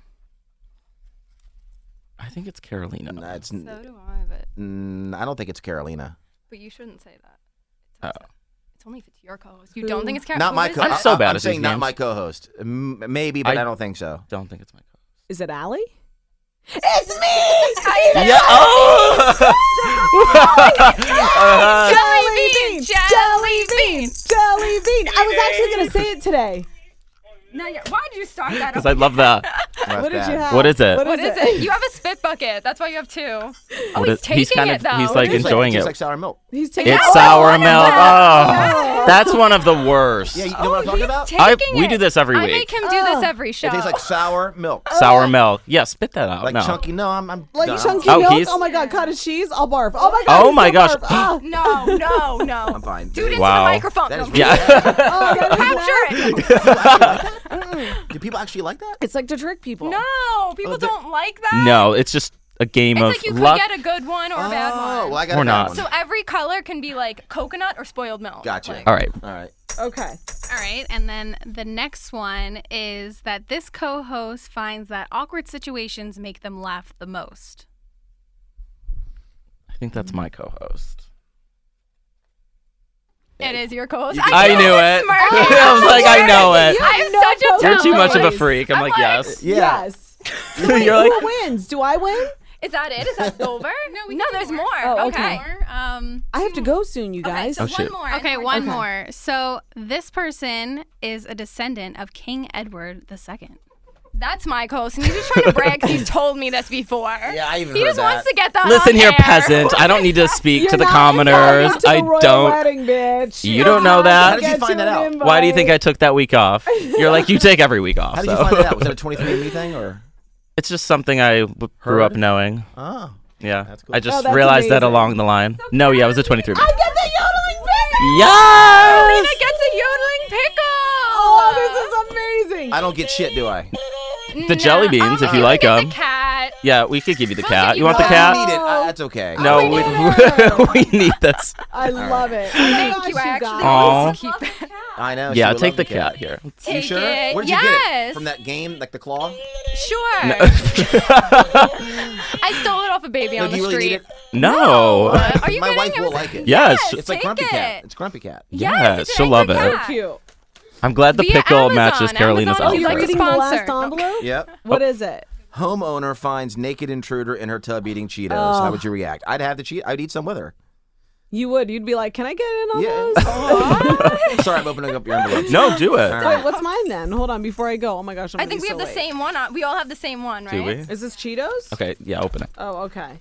[SPEAKER 2] I think it's Carolina.
[SPEAKER 3] Mm, That's,
[SPEAKER 5] So do I, but,
[SPEAKER 3] mm, I don't think it's Carolina.
[SPEAKER 1] But you shouldn't say that. It's,
[SPEAKER 2] Oh.
[SPEAKER 1] upset. it's only if it's your co-host. You don't think it's Carol?
[SPEAKER 3] Not
[SPEAKER 1] who
[SPEAKER 3] my
[SPEAKER 1] is
[SPEAKER 3] co
[SPEAKER 1] it?
[SPEAKER 2] I'm so bad
[SPEAKER 3] I'm
[SPEAKER 2] at
[SPEAKER 3] saying
[SPEAKER 2] these
[SPEAKER 3] not
[SPEAKER 2] names.
[SPEAKER 3] my co-host. M- maybe, but
[SPEAKER 2] I-
[SPEAKER 3] I, don't think so.
[SPEAKER 2] Don't think it's my.
[SPEAKER 4] Is it Allie? [laughs]
[SPEAKER 2] Yeah. Oh. [laughs] Uh-huh.
[SPEAKER 5] Jelly bean! Jelly bean!
[SPEAKER 4] Jelly bean. I was actually gonna say it today.
[SPEAKER 1] No, yeah. Why did you start that?
[SPEAKER 2] Because I
[SPEAKER 1] [laughs]
[SPEAKER 2] love
[SPEAKER 1] Oh,
[SPEAKER 2] that.
[SPEAKER 3] That's
[SPEAKER 4] What did
[SPEAKER 3] bad.
[SPEAKER 4] you have?
[SPEAKER 2] What is it?
[SPEAKER 1] What is it? You have a spit bucket. That's why you have two. Oh,
[SPEAKER 2] What
[SPEAKER 1] he's
[SPEAKER 2] is- he's
[SPEAKER 1] taking
[SPEAKER 2] kind
[SPEAKER 1] it
[SPEAKER 2] of-
[SPEAKER 1] though.
[SPEAKER 2] he's like-
[SPEAKER 3] It's
[SPEAKER 2] enjoying
[SPEAKER 3] like, It's
[SPEAKER 2] it.
[SPEAKER 3] like sour milk.
[SPEAKER 4] He's taking
[SPEAKER 2] It's
[SPEAKER 4] Oh,
[SPEAKER 2] sour milk. Oh, that's one of the worst.
[SPEAKER 3] Yeah, you
[SPEAKER 4] Oh,
[SPEAKER 3] know what I'm talking about?
[SPEAKER 1] Taking
[SPEAKER 2] I- we
[SPEAKER 1] it.
[SPEAKER 2] do this every
[SPEAKER 1] I Oh.
[SPEAKER 2] week.
[SPEAKER 1] make him do this every show.
[SPEAKER 3] Oh. It tastes like sour milk.
[SPEAKER 2] Sour milk. Yeah, spit that out.
[SPEAKER 3] Like
[SPEAKER 2] no.
[SPEAKER 3] chunky. No, I'm. I'm
[SPEAKER 4] Oh. like
[SPEAKER 3] no,
[SPEAKER 4] chunky
[SPEAKER 2] Oh,
[SPEAKER 4] milk.
[SPEAKER 2] he's-
[SPEAKER 4] Oh my god, cottage cheese. I'll barf. Oh my god.
[SPEAKER 2] Oh
[SPEAKER 4] he's
[SPEAKER 2] my
[SPEAKER 4] gonna
[SPEAKER 2] gosh.
[SPEAKER 4] barf. Ah.
[SPEAKER 1] no, no, no.
[SPEAKER 3] I'm fine.
[SPEAKER 1] Do it into
[SPEAKER 2] Wow.
[SPEAKER 1] the microphone.
[SPEAKER 3] That is
[SPEAKER 1] No,
[SPEAKER 2] [laughs]
[SPEAKER 3] really
[SPEAKER 2] Yeah.
[SPEAKER 1] [laughs]
[SPEAKER 4] Oh, [laughs] that is nasty.
[SPEAKER 1] Capture it.
[SPEAKER 3] Do people actually like that?
[SPEAKER 4] It's like to trick people.
[SPEAKER 1] No, people
[SPEAKER 3] the-
[SPEAKER 1] don't like that.
[SPEAKER 2] no, it's just a game
[SPEAKER 1] It's
[SPEAKER 2] of
[SPEAKER 1] like you could
[SPEAKER 2] luck.
[SPEAKER 1] get a good one or a bad
[SPEAKER 3] Oh,
[SPEAKER 1] one.
[SPEAKER 3] well, I got
[SPEAKER 2] Or
[SPEAKER 3] a bad
[SPEAKER 2] not.
[SPEAKER 3] one.
[SPEAKER 1] so every color can be like coconut or spoiled milk.
[SPEAKER 3] Gotcha.
[SPEAKER 1] Like,
[SPEAKER 2] All right.
[SPEAKER 3] All right.
[SPEAKER 4] Okay.
[SPEAKER 5] All right. And then the next one is that this co host finds that awkward situations make them laugh the most.
[SPEAKER 2] I think that's my co-host.
[SPEAKER 1] It is your co-host.
[SPEAKER 2] I
[SPEAKER 1] can't
[SPEAKER 2] knew
[SPEAKER 1] even
[SPEAKER 2] it. [laughs]
[SPEAKER 1] smirk.
[SPEAKER 2] I was like, I know it.
[SPEAKER 1] I am such a
[SPEAKER 2] You're
[SPEAKER 1] dumb
[SPEAKER 2] too much of a
[SPEAKER 1] voice.
[SPEAKER 2] freak. I'm,
[SPEAKER 1] I'm
[SPEAKER 2] like,
[SPEAKER 1] like-
[SPEAKER 2] yes.
[SPEAKER 3] Yeah.
[SPEAKER 4] Yes.
[SPEAKER 2] [laughs] You're
[SPEAKER 4] Who
[SPEAKER 2] like,
[SPEAKER 4] wins? Do I win?
[SPEAKER 1] Is that it? Is
[SPEAKER 3] [laughs]
[SPEAKER 1] that over? no,
[SPEAKER 5] we
[SPEAKER 1] no,
[SPEAKER 5] can do
[SPEAKER 1] there's more.
[SPEAKER 5] more.
[SPEAKER 4] Oh,
[SPEAKER 1] okay.
[SPEAKER 5] Or, um,
[SPEAKER 4] I have to go soon, you
[SPEAKER 1] Okay,
[SPEAKER 4] guys.
[SPEAKER 1] so
[SPEAKER 2] Oh, shit.
[SPEAKER 1] one more.
[SPEAKER 5] Okay,
[SPEAKER 1] and we're
[SPEAKER 5] one
[SPEAKER 1] done.
[SPEAKER 5] more. So this person is a descendant of King Edward II.
[SPEAKER 1] That's my co-host, and he's just
[SPEAKER 3] [laughs]
[SPEAKER 1] trying to brag 'cause he's told me this before. Yeah,
[SPEAKER 3] I even
[SPEAKER 1] He
[SPEAKER 3] heard
[SPEAKER 1] just wants
[SPEAKER 3] that.
[SPEAKER 1] to get that.
[SPEAKER 2] listen
[SPEAKER 1] on
[SPEAKER 2] here,
[SPEAKER 1] air.
[SPEAKER 2] peasant. I don't need to speak
[SPEAKER 4] You're
[SPEAKER 2] to the
[SPEAKER 4] not
[SPEAKER 2] commoners.
[SPEAKER 4] invited to the
[SPEAKER 2] I
[SPEAKER 4] royal
[SPEAKER 2] don't.
[SPEAKER 4] Wedding, bitch.
[SPEAKER 2] You
[SPEAKER 4] You're
[SPEAKER 2] don't know
[SPEAKER 4] not
[SPEAKER 2] that?
[SPEAKER 4] gonna
[SPEAKER 3] How did you
[SPEAKER 4] get
[SPEAKER 3] find
[SPEAKER 4] to
[SPEAKER 3] that
[SPEAKER 4] an
[SPEAKER 3] out?
[SPEAKER 4] invite.
[SPEAKER 2] Why do you think I took that week off? You're like, you take every week off.
[SPEAKER 3] How did
[SPEAKER 2] so.
[SPEAKER 3] you find that out? Was that a 23andMe
[SPEAKER 1] [laughs]
[SPEAKER 3] thing or?
[SPEAKER 2] It's just something I w- grew up knowing.
[SPEAKER 3] Oh.
[SPEAKER 2] Yeah,
[SPEAKER 3] That's cool.
[SPEAKER 2] I just
[SPEAKER 4] Oh, that's
[SPEAKER 2] realized that
[SPEAKER 4] amazing.
[SPEAKER 2] along the line. No, yeah, it was a 23.
[SPEAKER 4] I get the yodeling pickle.
[SPEAKER 1] Lena
[SPEAKER 2] Yes.
[SPEAKER 1] gets a yodeling pickle.
[SPEAKER 4] Oh, this is amazing.
[SPEAKER 3] I don't get shit, do I?
[SPEAKER 2] The jelly beans, if you like
[SPEAKER 1] get
[SPEAKER 2] them.
[SPEAKER 1] Oh, The cat.
[SPEAKER 2] Yeah, we could give you the
[SPEAKER 1] Don't
[SPEAKER 2] cat.
[SPEAKER 1] you
[SPEAKER 2] You want the
[SPEAKER 1] know?
[SPEAKER 3] I
[SPEAKER 2] cat?
[SPEAKER 3] need it. Oh, I- that's okay.
[SPEAKER 1] Oh
[SPEAKER 2] No, [laughs] we,
[SPEAKER 4] we
[SPEAKER 2] we need this.
[SPEAKER 4] I love it. Oh my
[SPEAKER 1] Thank
[SPEAKER 4] gosh,
[SPEAKER 1] you. I actually
[SPEAKER 4] guys.
[SPEAKER 2] Aw.
[SPEAKER 1] always keep it.
[SPEAKER 3] I know. she
[SPEAKER 2] Yeah,
[SPEAKER 3] would
[SPEAKER 2] take
[SPEAKER 3] love
[SPEAKER 2] the cat here.
[SPEAKER 1] Take
[SPEAKER 3] you sure?
[SPEAKER 1] it.
[SPEAKER 3] Where did
[SPEAKER 1] yes.
[SPEAKER 3] you get it? From that game, like the claw?
[SPEAKER 1] [laughs] Sure. [laughs] I stole it off a baby on
[SPEAKER 3] Oh, do
[SPEAKER 1] the
[SPEAKER 3] you really
[SPEAKER 1] street.
[SPEAKER 3] need it?
[SPEAKER 2] No.
[SPEAKER 1] Uh, Are you
[SPEAKER 3] My
[SPEAKER 1] kidding?
[SPEAKER 3] wife
[SPEAKER 1] It
[SPEAKER 3] will
[SPEAKER 1] was-
[SPEAKER 3] like
[SPEAKER 2] [laughs]
[SPEAKER 3] it.
[SPEAKER 2] Yes.
[SPEAKER 3] It's like
[SPEAKER 1] take
[SPEAKER 3] Grumpy Cat.
[SPEAKER 1] it.
[SPEAKER 3] It's Grumpy Cat.
[SPEAKER 2] Yeah,
[SPEAKER 1] it's an
[SPEAKER 2] she'll
[SPEAKER 1] angry
[SPEAKER 2] love it.
[SPEAKER 1] cat.
[SPEAKER 4] So cute.
[SPEAKER 2] I'm glad the
[SPEAKER 1] Via
[SPEAKER 2] pickle
[SPEAKER 1] Amazon.
[SPEAKER 2] matches Carolina's
[SPEAKER 1] Amazon,
[SPEAKER 4] Oh,
[SPEAKER 1] you
[SPEAKER 4] you're
[SPEAKER 1] like
[SPEAKER 2] outfit.
[SPEAKER 4] reading the
[SPEAKER 1] Sponsor.
[SPEAKER 4] last envelope?
[SPEAKER 3] Yep.
[SPEAKER 4] What is it?
[SPEAKER 3] Homeowner finds naked intruder in her tub eating Cheetos.
[SPEAKER 1] Oh.
[SPEAKER 3] How would you react? I'd have the cheat. I'd eat some with her.
[SPEAKER 4] You would. You'd be like, can I get in on
[SPEAKER 3] Yeah.
[SPEAKER 1] [laughs]
[SPEAKER 4] those?
[SPEAKER 3] Sorry, I'm opening up your
[SPEAKER 2] [laughs]
[SPEAKER 3] envelope.
[SPEAKER 2] No, do it.
[SPEAKER 4] Wait, what's mine then? Hold on, before I go. Oh my gosh, I'm
[SPEAKER 1] I
[SPEAKER 4] gonna
[SPEAKER 1] think
[SPEAKER 4] be
[SPEAKER 1] we have
[SPEAKER 4] so
[SPEAKER 1] the
[SPEAKER 4] late.
[SPEAKER 1] same one. On, we all have the same one, right?
[SPEAKER 2] Do we?
[SPEAKER 4] Is this Cheetos?
[SPEAKER 2] Okay, yeah, open it.
[SPEAKER 4] Oh, okay.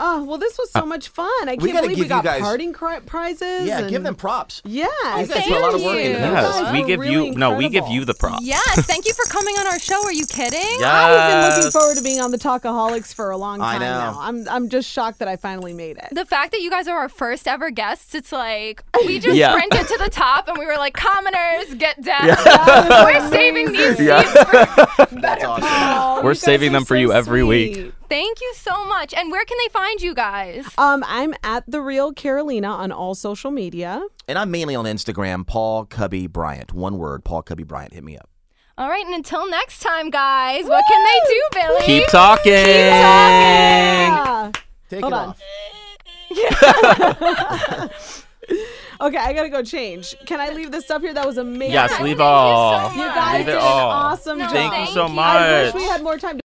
[SPEAKER 4] Oh, well, this was so much fun. I can't
[SPEAKER 3] Uh, gotta
[SPEAKER 4] believe we
[SPEAKER 3] give you
[SPEAKER 4] got
[SPEAKER 3] guys-
[SPEAKER 4] parting cri- prizes.
[SPEAKER 3] Yeah, give
[SPEAKER 4] and-
[SPEAKER 3] them props.
[SPEAKER 4] Yeah.
[SPEAKER 3] You guys put a lot of work into
[SPEAKER 1] Thank
[SPEAKER 3] this.
[SPEAKER 1] you.
[SPEAKER 4] guys
[SPEAKER 2] Yes, we
[SPEAKER 4] were
[SPEAKER 2] give
[SPEAKER 4] really
[SPEAKER 2] you. No, we give
[SPEAKER 4] incredible.
[SPEAKER 2] you the props.
[SPEAKER 1] Yes. Thank you for coming on our show. Are you kidding?
[SPEAKER 4] I've been looking
[SPEAKER 2] Yes.
[SPEAKER 4] forward to being on the Talkaholics for a long
[SPEAKER 3] I
[SPEAKER 4] time
[SPEAKER 3] know.
[SPEAKER 4] now. I'm I'm just shocked that I finally made it.
[SPEAKER 1] The fact that you guys are our first ever guests, it's like
[SPEAKER 2] [laughs]
[SPEAKER 1] we just
[SPEAKER 2] Yeah.
[SPEAKER 1] sprinted to the top and we were like, commoners, get down.
[SPEAKER 4] That was
[SPEAKER 1] We're
[SPEAKER 2] [laughs]
[SPEAKER 1] saving these seats.
[SPEAKER 2] Yeah.
[SPEAKER 1] For-
[SPEAKER 3] That's awesome. [laughs]
[SPEAKER 4] Oh, you
[SPEAKER 2] We're
[SPEAKER 4] guys
[SPEAKER 2] saving
[SPEAKER 4] are
[SPEAKER 2] them for
[SPEAKER 4] so
[SPEAKER 2] you every week.
[SPEAKER 4] sweet.
[SPEAKER 1] Thank you so much. And where can they find you guys?
[SPEAKER 4] Um, I'm at the real Carolina on all social media.
[SPEAKER 3] And I'm mainly on Instagram, Paul Cubby Bryant. One word, Paul Cubby Bryant. Hit me up.
[SPEAKER 1] All right, and until next time, guys, what can they do, Billy?
[SPEAKER 2] Keep talking.
[SPEAKER 4] Yeah.
[SPEAKER 3] Take
[SPEAKER 4] Hold
[SPEAKER 3] it
[SPEAKER 4] on.
[SPEAKER 3] off.
[SPEAKER 4] Okay, I gotta go change. Can I leave this stuff here? That was amazing.
[SPEAKER 2] Yes, leave
[SPEAKER 1] you so
[SPEAKER 2] all.
[SPEAKER 1] much.
[SPEAKER 4] You guys
[SPEAKER 2] Leave it
[SPEAKER 4] did an
[SPEAKER 2] all.
[SPEAKER 4] awesome
[SPEAKER 1] No,
[SPEAKER 4] job.
[SPEAKER 2] Thank you so
[SPEAKER 1] Thank you.
[SPEAKER 2] much.
[SPEAKER 4] I wish we had more time.